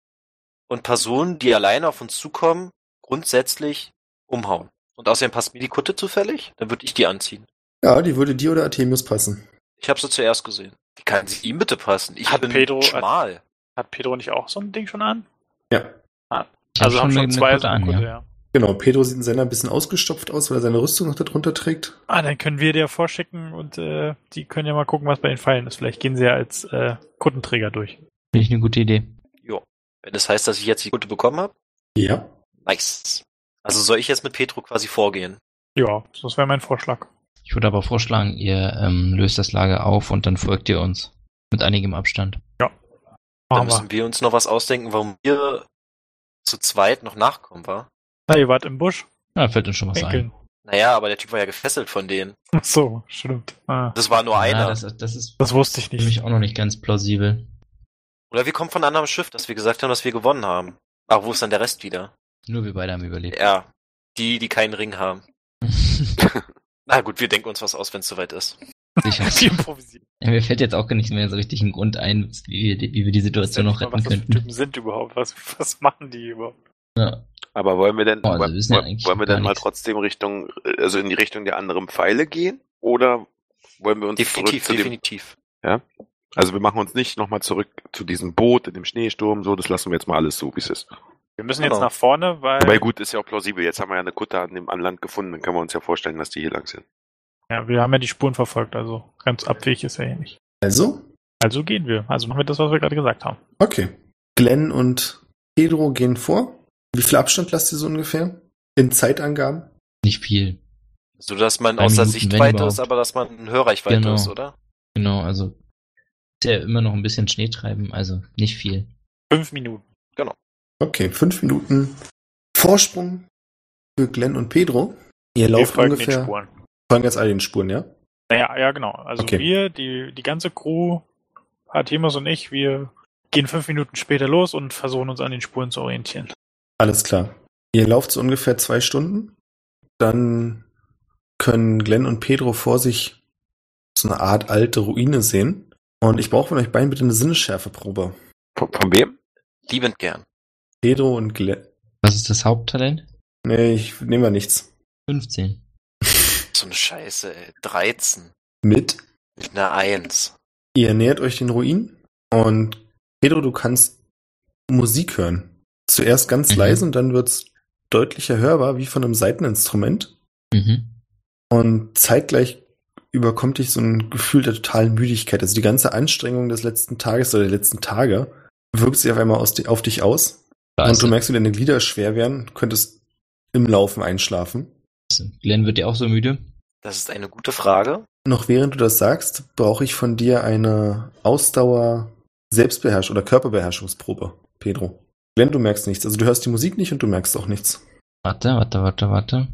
und Personen, die alleine auf uns zukommen, grundsätzlich umhauen. Und außerdem passt mir die Kutte zufällig, dann würde ich die anziehen. Ja, die würde dir oder Artemius passen. Ich habe sie zuerst gesehen. Wie kann sie ihm bitte passen? Ich Hat bin Pedro- schmal. Hat Pedro nicht auch so ein Ding schon an? Ja. Ich hab Also haben schon eine zwei Kutte so eine Kutte, ja. ja. Genau, Pedro sieht in seiner ein bisschen ausgestopft aus, weil er seine Rüstung noch darunter trägt. Ah, dann können wir dir vorschicken und äh, die können ja mal gucken, was bei den Pfeilen ist. Vielleicht gehen sie ja als äh, Kuttenträger durch. Finde ich eine gute Idee. Wenn das heißt, dass ich jetzt die Kutte bekommen habe, Ja. nice. Also soll ich jetzt mit Pedro quasi vorgehen? Ja, das wäre mein Vorschlag. Ich würde aber vorschlagen, ihr ähm, löst das Lager auf und dann folgt ihr uns. Mit einigem Abstand. Dann Machen wir. müssen wir uns noch was ausdenken, warum wir zu zweit noch nachkommen, war? Na, Ah, ihr wart im Busch. Ja, fällt uns schon was Enkeln. Naja, aber der Typ war ja gefesselt von denen. Ach so, stimmt. Ah, Das war nur ein. einer. Ja, das, das ist das wusste ich für nicht. <laughs> mich auch noch nicht ganz plausibel. Oder wir kommen von einem anderen Schiff, dass wir gesagt haben, dass wir gewonnen haben. Ach, wo ist dann der Rest wieder? Nur wir beide haben überlebt. Ja, die, die keinen Ring <laughs> haben. Na gut, wir denken uns was aus, wenn es soweit ist. Die Sicher. improvisieren. Ja, mir fällt jetzt auch gar nicht mehr so richtig ein Grund ein, wie wir, wie wir die Situation noch was retten das für könnten. Typen sind überhaupt? Was, was machen die überhaupt? Ja. Aber wollen wir denn, Oh, also wollen, wir wissen ja eigentlich wollen wir denn gar mal nichts. trotzdem Richtung, äh, also in die Richtung der anderen Pfeile gehen? Oder wollen wir uns Definitiv, zurück zu dem, definitiv. also wir machen uns nicht nochmal zurück zu diesem Boot in dem Schneesturm, so, das lassen wir jetzt mal alles so, wie es ist. Wir müssen Genau. jetzt nach vorne, weil Aber gut, ist ja auch plausibel. Jetzt haben wir ja eine Kutte an dem an Land gefunden, dann können wir uns ja vorstellen, dass die hier lang sind. ja, wir haben ja die Spuren verfolgt. Also ganz abwegig ist er ja nicht. Also? Also gehen wir. Also machen wir das, was wir gerade gesagt haben. Okay. Glenn und Pedro gehen vor. Wie viel Abstand lasst ihr so ungefähr? In Zeitangaben? Nicht viel. So dass man Drei außer Minuten, wenn Sichtweite überhaupt. ist, aber dass man in Hörreichweite Genau. ist, oder? Genau, also ist ja immer noch ein bisschen Schnee treiben, also nicht viel. Fünf Minuten. Okay, fünf Minuten Vorsprung für Glenn und Pedro. Ihr Wir lauft folgen ungefähr. den Spuren. Folgen jetzt alle den Spuren, ja? Naja, ja, genau. Also Okay. wir, die, die ganze Crew, Artemis und ich, wir gehen fünf Minuten später los und versuchen uns an den Spuren zu orientieren. Alles klar. Ihr lauft so ungefähr zwei Stunden. Dann können Glenn und Pedro vor sich so eine Art alte Ruine sehen. Und ich brauche von euch beiden bitte eine Sinneschärfeprobe. Von, von wem? Liebend gern. Pedro und Glenn. Was ist das Haupttalent? Nee, ich nehme ja nichts. 15. So eine Scheiße, ey. 13. Mit. Mit einer 1. Ihr nähert euch den Ruin. Und Pedro, du kannst Musik hören. Zuerst ganz Mhm. leise und dann wird's deutlicher hörbar, wie von einem Seiteninstrument. Mhm. Und zeitgleich überkommt dich so ein Gefühl der totalen Müdigkeit. Also die ganze Anstrengung des letzten Tages oder der letzten Tage wirkt sich auf einmal aus, di- auf dich aus. Und Also, du merkst, wie deine Glieder schwer werden, könntest im Laufen einschlafen. Glenn wird ja auch so müde. Das ist eine gute Frage. Noch während du das sagst, brauche ich von dir eine Ausdauer Selbstbeherrschung oder Körperbeherrschungsprobe, Pedro. Glenn, du merkst nichts. Also du hörst die Musik nicht und du merkst auch nichts. Warte, warte, warte, warte.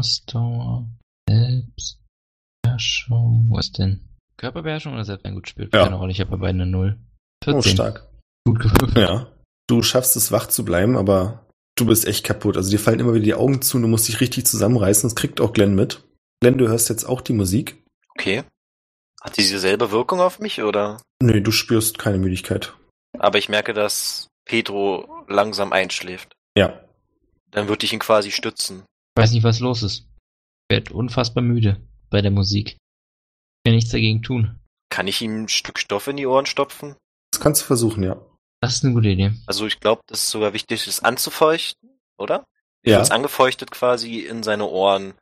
Ausdauer, Selbstbeherrschung. Wo ist denn? Körperbeherrschung oder selbst? Nein, gut, spielt Ja. keine Rolle. Ich habe bei beiden eine Null. Oh, 14. stark. Gut gewürfelt. Ja. Du schaffst es, wach zu bleiben, aber du bist echt kaputt. Also dir fallen immer wieder die Augen zu und du musst dich richtig zusammenreißen. Das kriegt auch Glenn mit. Glenn, du hörst jetzt auch die Musik. Okay. Hat die dieselbe Wirkung auf mich, oder? Nö, du spürst keine Müdigkeit. Aber ich merke, dass Pedro langsam einschläft. Ja. Dann würde ich ihn quasi stützen. Ich weiß nicht, was los ist. Ich werd unfassbar müde bei der Musik. Ich kann nichts dagegen tun. Kann ich ihm ein Stück Stoff in die Ohren stopfen? Das kannst du versuchen, ja. Das ist eine gute Idee. Also ich glaube, das ist sogar wichtig, es anzufeuchten, oder? Ich Ja. würde es angefeuchtet quasi in seine Ohren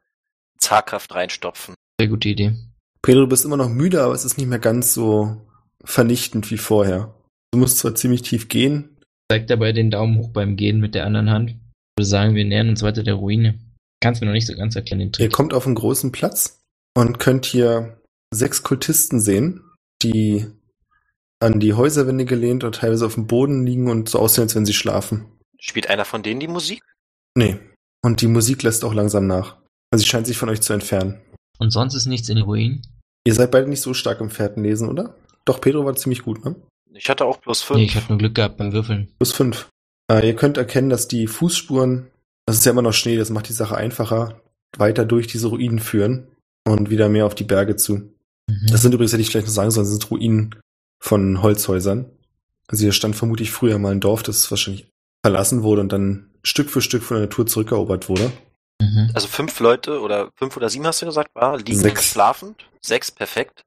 zaghaft reinstopfen. Sehr gute Idee. Pedro, du bist immer noch müde, aber es ist nicht mehr ganz so vernichtend wie vorher. Du musst zwar ziemlich tief gehen, Zeigt dabei den Daumen hoch beim Gehen mit der anderen Hand. Ich würde sagen, wir nähern uns weiter der Ruine. Kannst mir noch nicht so ganz erklären, den ihr Trick. kommt auf einen großen Platz und könnt hier sechs Kultisten sehen, die an die Häuserwände gelehnt und teilweise auf dem Boden liegen und so aussehen, als wenn sie schlafen. Spielt einer von denen die Musik? Nee. Und die Musik lässt auch langsam nach. Also sie scheint sich von euch zu entfernen. Und sonst ist nichts in den Ruinen? Ihr seid beide nicht so stark im Fährtenlesen, oder? Doch, Pedro war ziemlich gut, ne? Ich hatte auch plus Nee, ich habe fünf. nur Glück gehabt beim Würfeln. Plus fünf. Äh, ihr könnt erkennen, dass die Fußspuren, das ist ja immer noch Schnee, das macht die Sache einfacher, weiter durch diese Ruinen führen und wieder mehr auf die Berge zu. Mhm. Das sind übrigens, hätte ich vielleicht noch sagen sollen, das sind Ruinen von Holzhäusern. Also hier stand vermutlich früher mal ein Dorf, das wahrscheinlich verlassen wurde und dann Stück für Stück von der Natur zurückerobert wurde. mhm. Also fünf Leute oder fünf oder sieben hast du gesagt, war? Liegen Sechs. schlafend? Sechs, perfekt.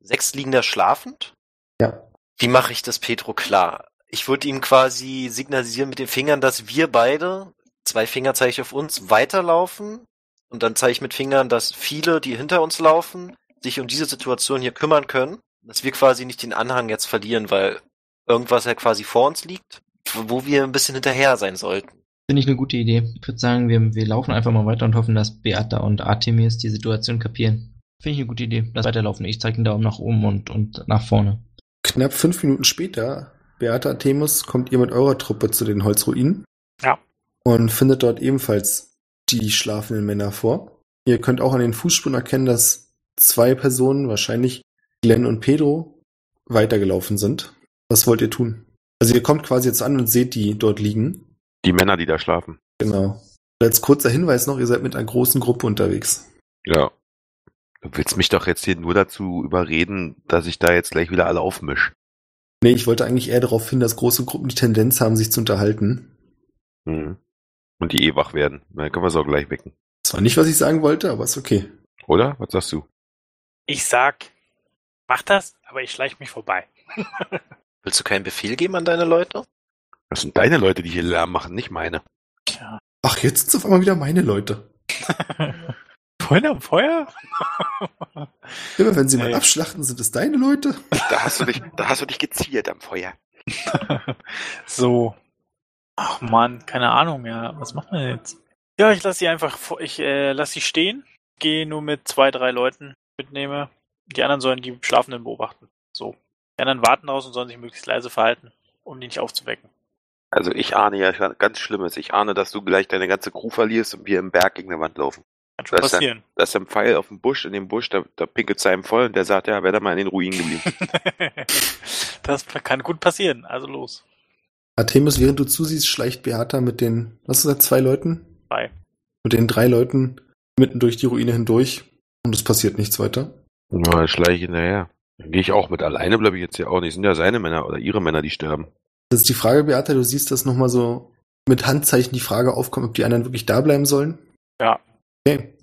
Sechs liegen da schlafend? Ja. Wie mache ich das Petro klar? Ich würde ihm quasi signalisieren mit den Fingern, dass wir beide, zwei Finger zeige ich auf uns, weiterlaufen. Und dann zeige ich mit Fingern, dass viele, die hinter uns laufen, sich um diese Situation hier kümmern können. Dass wir quasi nicht den Anhang jetzt verlieren, weil irgendwas ja quasi vor uns liegt, wo wir ein bisschen hinterher sein sollten. Finde ich eine gute Idee. Ich würde sagen, wir, wir laufen einfach mal weiter und hoffen, dass Beata und Artemis die Situation kapieren. Finde ich eine gute Idee. Lass weiterlaufen. Ich zeige den Daumen nach oben und, und nach vorne. Knapp fünf Minuten später, Beata Themus, kommt ihr mit eurer Truppe zu den Holzruinen. Ja. Und findet dort ebenfalls die schlafenden Männer vor. Ihr könnt auch an den Fußspuren erkennen, dass zwei Personen, wahrscheinlich Glenn und Pedro, weitergelaufen sind. Was wollt ihr tun? Also ihr kommt quasi jetzt an und seht die dort liegen. Die Männer, die da schlafen. Genau. Und als kurzer Hinweis noch, ihr seid mit einer großen Gruppe unterwegs. Ja. Du willst mich doch jetzt hier nur dazu überreden, dass ich da jetzt gleich wieder alle aufmisch. Nee, ich wollte eigentlich eher darauf hin, dass große Gruppen die Tendenz haben, sich zu unterhalten. Mhm. Und die eh wach werden. Dann können wir sie auch gleich wecken. Das war nicht, was ich sagen wollte, aber ist okay. Oder? Was sagst du? Ich sag, mach das, aber ich schleich mich vorbei. Willst du keinen Befehl geben an deine Leute? Das sind deine Leute, die hier Lärm machen, nicht meine. Ach, jetzt sind es auf einmal wieder meine Leute. Vorhin am Feuer? Immer wenn sie mal Ey. abschlachten, sind es deine Leute. Da hast du dich, da hast du dich gezielt am Feuer. so. Ach man, keine Ahnung, ja. Was macht man jetzt? Ja, ich lasse sie einfach, vor- ich äh, lasse sie stehen, gehe nur mit zwei, drei Leuten mitnehme. Die anderen sollen die Schlafenden beobachten. So. Die anderen warten raus und sollen sich möglichst leise verhalten, um die nicht aufzuwecken. Also ich ahne ja ganz Schlimmes. Ich ahne, dass du gleich deine ganze Crew verlierst und wir im Berg gegen eine Wand laufen. Kann schon Das ist dann- passieren. <laughs> Da ist ein Pfeil auf dem Busch, in dem Busch, da, da pinkelt einem voll und der sagt, ja, wär da mal in den Ruinen geblieben. <laughs> das kann gut passieren. Also los. Artemis, während du zusiehst, schleicht Beata mit den, was hast du gesagt, zwei Leuten? Drei. Mit den drei Leuten mitten durch die Ruine hindurch. Und es passiert nichts weiter. Na, dann schleich ich hinterher. Dann gehe ich auch mit. Alleine bleibe ich jetzt ja auch nicht. Sind ja seine Männer oder ihre Männer, die sterben. Das ist die Frage, Beata, du siehst, dass nochmal so mit Handzeichen die Frage aufkommt, ob die anderen wirklich da bleiben sollen. Ja. Okay.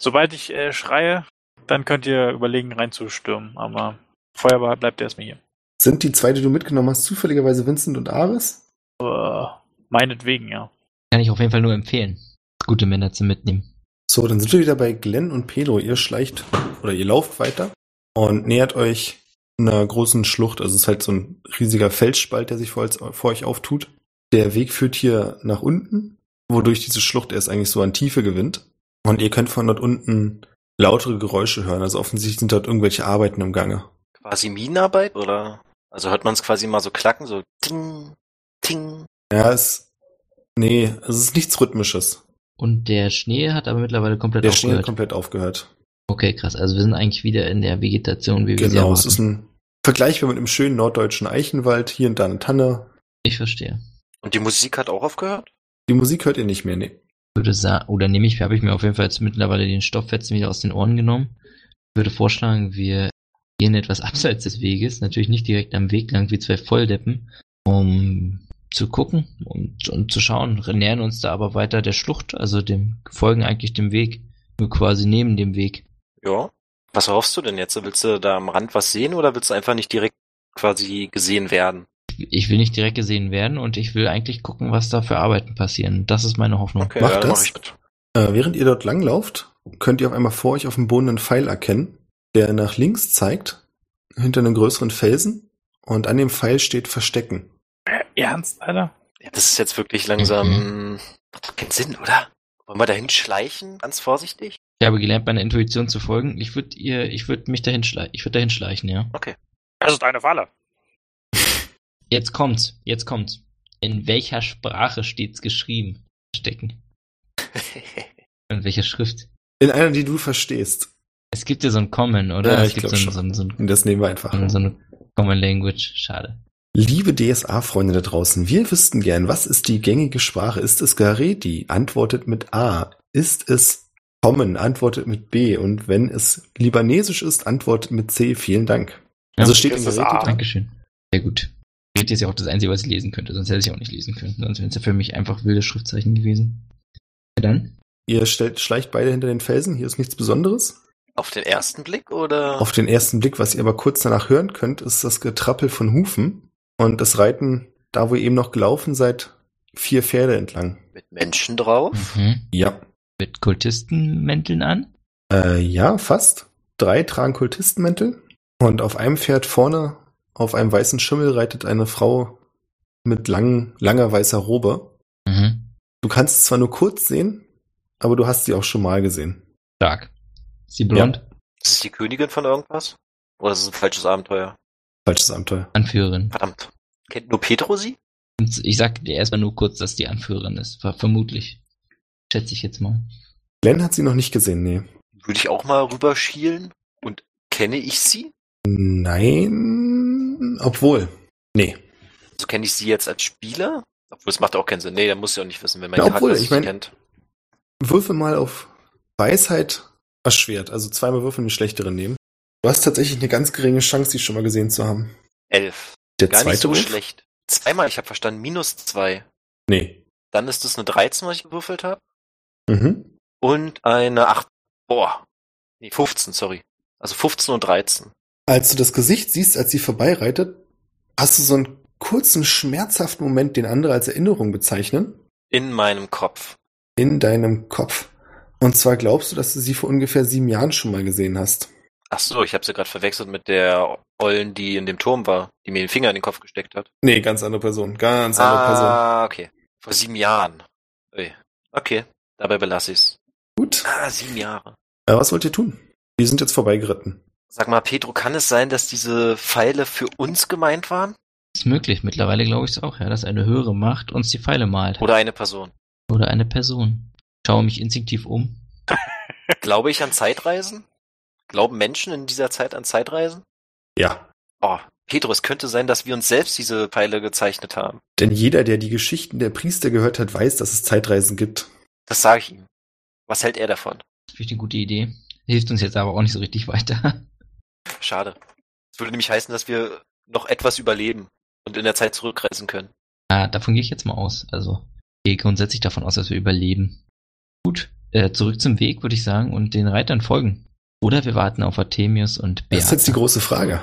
Sobald ich äh, schreie, dann könnt ihr überlegen, reinzustürmen. Aber Feuerball bleibt erstmal hier. Sind die zwei, die du mitgenommen hast, zufälligerweise Vincent und Ares? Aber meinetwegen, ja. Kann ich auf jeden Fall nur empfehlen. Gute Männer zu mitnehmen. So, dann sind wir wieder bei Glenn und Pedro. Ihr schleicht oder ihr lauft weiter und nähert euch einer großen Schlucht. Also es ist halt so ein riesiger Felsspalt, der sich vor, vor euch auftut. Der Weg führt hier nach unten, wodurch diese Schlucht erst eigentlich so an Tiefe gewinnt. Und ihr könnt von dort unten lautere Geräusche hören. Also offensichtlich sind dort irgendwelche Arbeiten im Gange. quasi Minenarbeit oder? Also hört man es quasi mal so klacken, so ting, ting. Ja, es. Nee, es ist nichts Rhythmisches. Und der Schnee hat aber mittlerweile komplett Der Schnee hat aufgehört. komplett aufgehört. okay, krass. Also wir sind eigentlich wieder in der Vegetation, wie wir sie Genau, es erwarten. ist ein vergleichbar mit einem schönen norddeutschen Eichenwald. Hier und da eine Tanne. ich verstehe. Und die Musik hat auch aufgehört? Die Musik hört ihr nicht mehr, ne? nee. Würde sagen, oder nehme ich, habe ich mir auf jeden Fall jetzt mittlerweile den Stofffetzen wieder aus den Ohren genommen. Würde vorschlagen, wir gehen etwas <laughs> abseits des Weges, natürlich nicht direkt am Weg lang wie zwei Volldeppen, um zu gucken und, und zu schauen. Wir Nähern uns da aber weiter der Schlucht, also dem folgen eigentlich dem Weg, nur quasi neben dem Weg. Ja. Was hoffst du denn jetzt? Willst du da am Rand was sehen oder willst du einfach nicht direkt quasi gesehen werden? Ich will nicht direkt gesehen werden und ich will eigentlich gucken, was da für Arbeiten passieren. Das ist meine Hoffnung. Okay, Mach ja, dann das. mach ich mit. Äh, während ihr dort langlauft, könnt ihr auf einmal vor euch auf dem Boden einen Pfeil erkennen, der nach links zeigt hinter einem größeren Felsen und an dem Pfeil steht Verstecken. Ernst, Alter? Ja, das ist jetzt wirklich langsam. Mhm. Macht doch keinen Sinn, oder? Wollen wir dahin schleichen? Ganz vorsichtig? Ich habe gelernt, meiner Intuition zu folgen. Ich würde ihr, ich würde mich dahin schleichen. Ich würde dahin schleichen, ja. Das ist eine Falle. Jetzt kommt's, jetzt kommt's. In welcher Sprache steht's geschrieben? <laughs> Stecken. In welcher Schrift? In einer, die du verstehst. Es gibt ja so ein Common, oder? Ja, es ich gibt glaub so, schon. ein- so, ein- so, ein- Und das nehmen wir einfach. so, ein- so eine Common Language. Schade. Liebe DSA-Freunde da draußen, wir wüssten gern, was ist die gängige Sprache? Ist es Garedi? Antwortet mit A. Ist es Common? Antwortet mit B. Und wenn es libanesisch ist, antwortet mit C. Vielen Dank. Ja, Also steht ist in es Garedi A? dran? Dankeschön. Sehr gut. Steht jetzt ja auch das Einzige, was ich lesen könnte, sonst hätte ich auch nicht lesen können. Sonst wären es ja für mich einfach wilde Schriftzeichen gewesen. Ja, dann? Ihr stellt, schleicht beide hinter den Felsen. Hier ist nichts Besonderes. Auf den ersten Blick oder? Auf den ersten Blick, was ihr aber kurz danach hören könnt, ist das Getrappel von Hufen und das Reiten, da wo ihr eben noch gelaufen seid, vier Pferde entlang. mit Menschen drauf? Mhm. Ja. Mit Kultistenmänteln an? Äh, ja, fast. Drei tragen Kultistenmäntel und auf einem Pferd vorne auf einem weißen Schimmel reitet eine Frau mit lang, langer weißer Robe. Mhm. Du kannst es zwar nur kurz sehen, aber du hast sie auch schon mal gesehen. Stark. Ist sie blond? Ist es die Königin von irgendwas? Oder ist es ein falsches Abenteuer? Falsches Abenteuer. Anführerin. Verdammt. Kennt nur Petro sie? Und Ich sag dir erstmal nur kurz, dass die Anführerin ist. Ver vermutlich. Schätze ich jetzt mal. Glenn hat sie noch nicht gesehen, nee. Würde ich auch mal rüberschielen? Und kenne ich sie? Nein, obwohl. Nee. So Also kenne ich sie jetzt als Spieler? Obwohl, es macht auch keinen Sinn. Nee, da muss ich auch nicht wissen, wenn mein Ja, obwohl, Charakter ich sie mein- kennt. Würfe mal auf Weisheit erschwert. Also zweimal würfeln den schlechteren nehmen. Du hast tatsächlich eine ganz geringe Chance, sie schon mal gesehen zu haben. Elf. Der Gar nicht so Wurf? schlecht. Zweimal, ich habe verstanden, minus zwei. Nee. Dann ist es eine 13, was ich gewürfelt habe. Mhm. Und eine 8. Boah. Nee, 15, sorry. Also 15 und 13. Als du das Gesicht siehst, als sie vorbeireitet, hast du so einen kurzen, schmerzhaften Moment, den andere als Erinnerung bezeichnen, In meinem Kopf. in deinem Kopf. Und zwar glaubst du, dass du sie vor ungefähr sieben Jahren schon mal gesehen hast. Ach so, ich habe sie gerade verwechselt mit der Ollen, die in dem Turm war, die mir den Finger in den Kopf gesteckt hat. Nee, ganz andere Person. Ganz andere Person. Ah, okay. Vor sieben Jahren. Ui. Okay, dabei belasse ich's. Gut. Ah, sieben Jahre. Äh, was wollt ihr tun? Wir sind jetzt vorbeigeritten. Sag mal, Pedro, kann es sein, dass diese Pfeile für uns gemeint waren? Ist möglich. Mittlerweile glaube ich es auch, ja, dass eine höhere Macht uns die Pfeile malt. Oder eine Person? Oder eine Person. Schaue mich instinktiv um. Glaube ich an Zeitreisen? Glauben Menschen in dieser Zeit an Zeitreisen? Ja. Oh, Pedro, es könnte sein, dass wir uns selbst diese Pfeile gezeichnet haben. Denn jeder, der die Geschichten der Priester gehört hat, weiß, dass es Zeitreisen gibt. Das sage ich ihm. Was hält er davon? Das ist vielleicht eine gute Idee. Hilft uns jetzt aber auch nicht so richtig weiter. Schade. Das würde nämlich heißen, dass wir noch etwas überleben und in der Zeit zurückreisen können. Ah, davon gehe ich jetzt mal aus. Also, ich gehe grundsätzlich davon aus, dass wir überleben. Gut, äh, zurück zum Weg, würde ich sagen, und den Reitern folgen. Oder wir warten auf Artemius und Das ist Beata. jetzt die große Frage.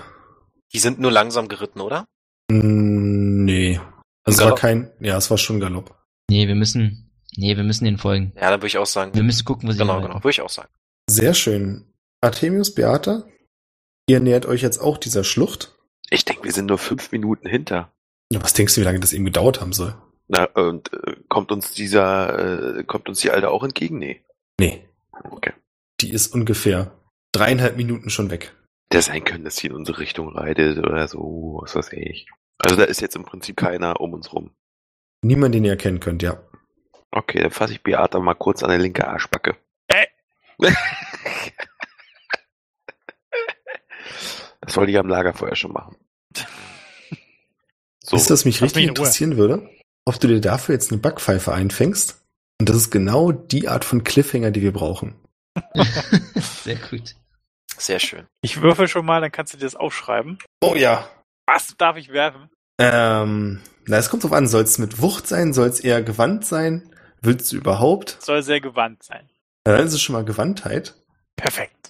Die sind nur langsam geritten, oder? Mm, Nee. Also es war Galopp. kein, ja, es war schon Galopp. Nee, wir müssen, nee, wir müssen denen folgen. Ja, dann würde ich auch sagen. Wir müssen gucken, wo sie genau, hinreiten. <laughs> genau, würde ich auch sagen. Sehr schön. Artemius, Beata, ihr nähert euch jetzt auch dieser Schlucht. Ich denke, wir sind nur fünf Minuten hinter. Na, Was denkst du, wie lange das eben gedauert haben soll? Na, und äh, kommt uns dieser, äh, kommt uns die Alte auch entgegen? Nee. Nee. Okay. Die ist ungefähr dreieinhalb Minuten schon weg. Der sein können, dass sie in unsere Richtung reitet oder so, was weiß ich. Also da ist jetzt im Prinzip keiner um uns rum. Niemand, den ihr erkennen könnt, ja. Okay, dann fasse ich Beata mal kurz an der linke Arschbacke. Äh. <laughs> Das wollte ich am Lagerfeuer schon machen. So, Wisst ihr, was mich Lass mich richtig in Ruhe. interessieren würde? Ob du dir dafür jetzt eine Backpfeife einfängst? Und das ist genau die Art von Cliffhanger, die wir brauchen. Sehr gut. Sehr schön. Ich würfel schon mal, dann kannst du dir das aufschreiben. Oh ja. Was darf ich werfen? Ähm, na, es kommt drauf an, soll es mit Wucht sein? Soll es eher gewandt sein? Willst du überhaupt? Soll sehr gewandt sein. Na, Dann ist es schon mal Gewandtheit. Perfekt.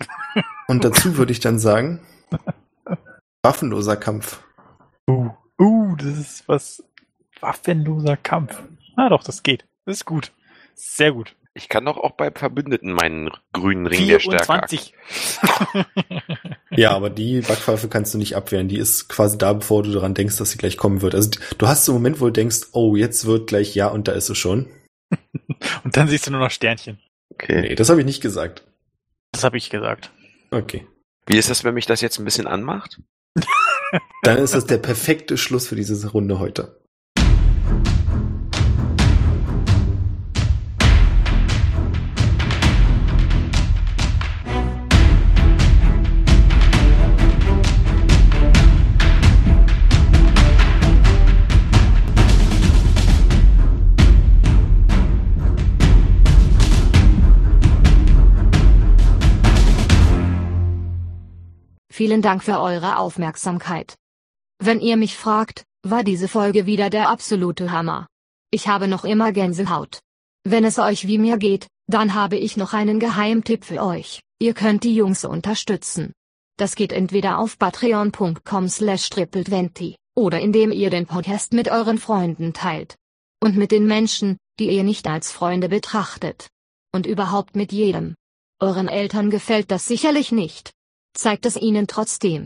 Und dazu würde ich dann sagen, waffenloser Kampf. Uh, uh, das Ah, ist was. Waffenloser Kampf. Na doch, das geht. Das ist gut. Sehr gut. Ich kann doch auch beim Verbündeten meinen grünen Ring der Stärke. aktivieren. 24. Ja, aber die Backpfeife kannst du nicht abwehren. Die ist quasi da, bevor du daran denkst, dass sie gleich kommen wird. Also du hast so einen Moment, wo du denkst, oh, jetzt wird gleich ja und da ist sie schon. <laughs> Und dann siehst du nur noch Sternchen. Okay. Nee, das habe ich nicht gesagt. Das habe ich gesagt. Okay. Wie ist das, wenn mich das jetzt ein bisschen anmacht? Dann ist das der perfekte Schluss für diese Runde heute. Vielen Dank für eure Aufmerksamkeit. Wenn ihr mich fragt, war diese Folge wieder der absolute Hammer. Ich habe noch immer Gänsehaut. Wenn es euch wie mir geht, dann habe ich noch einen Geheimtipp für euch. Ihr könnt die Jungs unterstützen. Das geht entweder auf patreon.com slash triple20 oder indem ihr den Podcast mit euren Freunden teilt. Und mit den Menschen, die ihr nicht als Freunde betrachtet. Und überhaupt mit jedem. Euren Eltern gefällt das sicherlich nicht zeigt es ihnen trotzdem.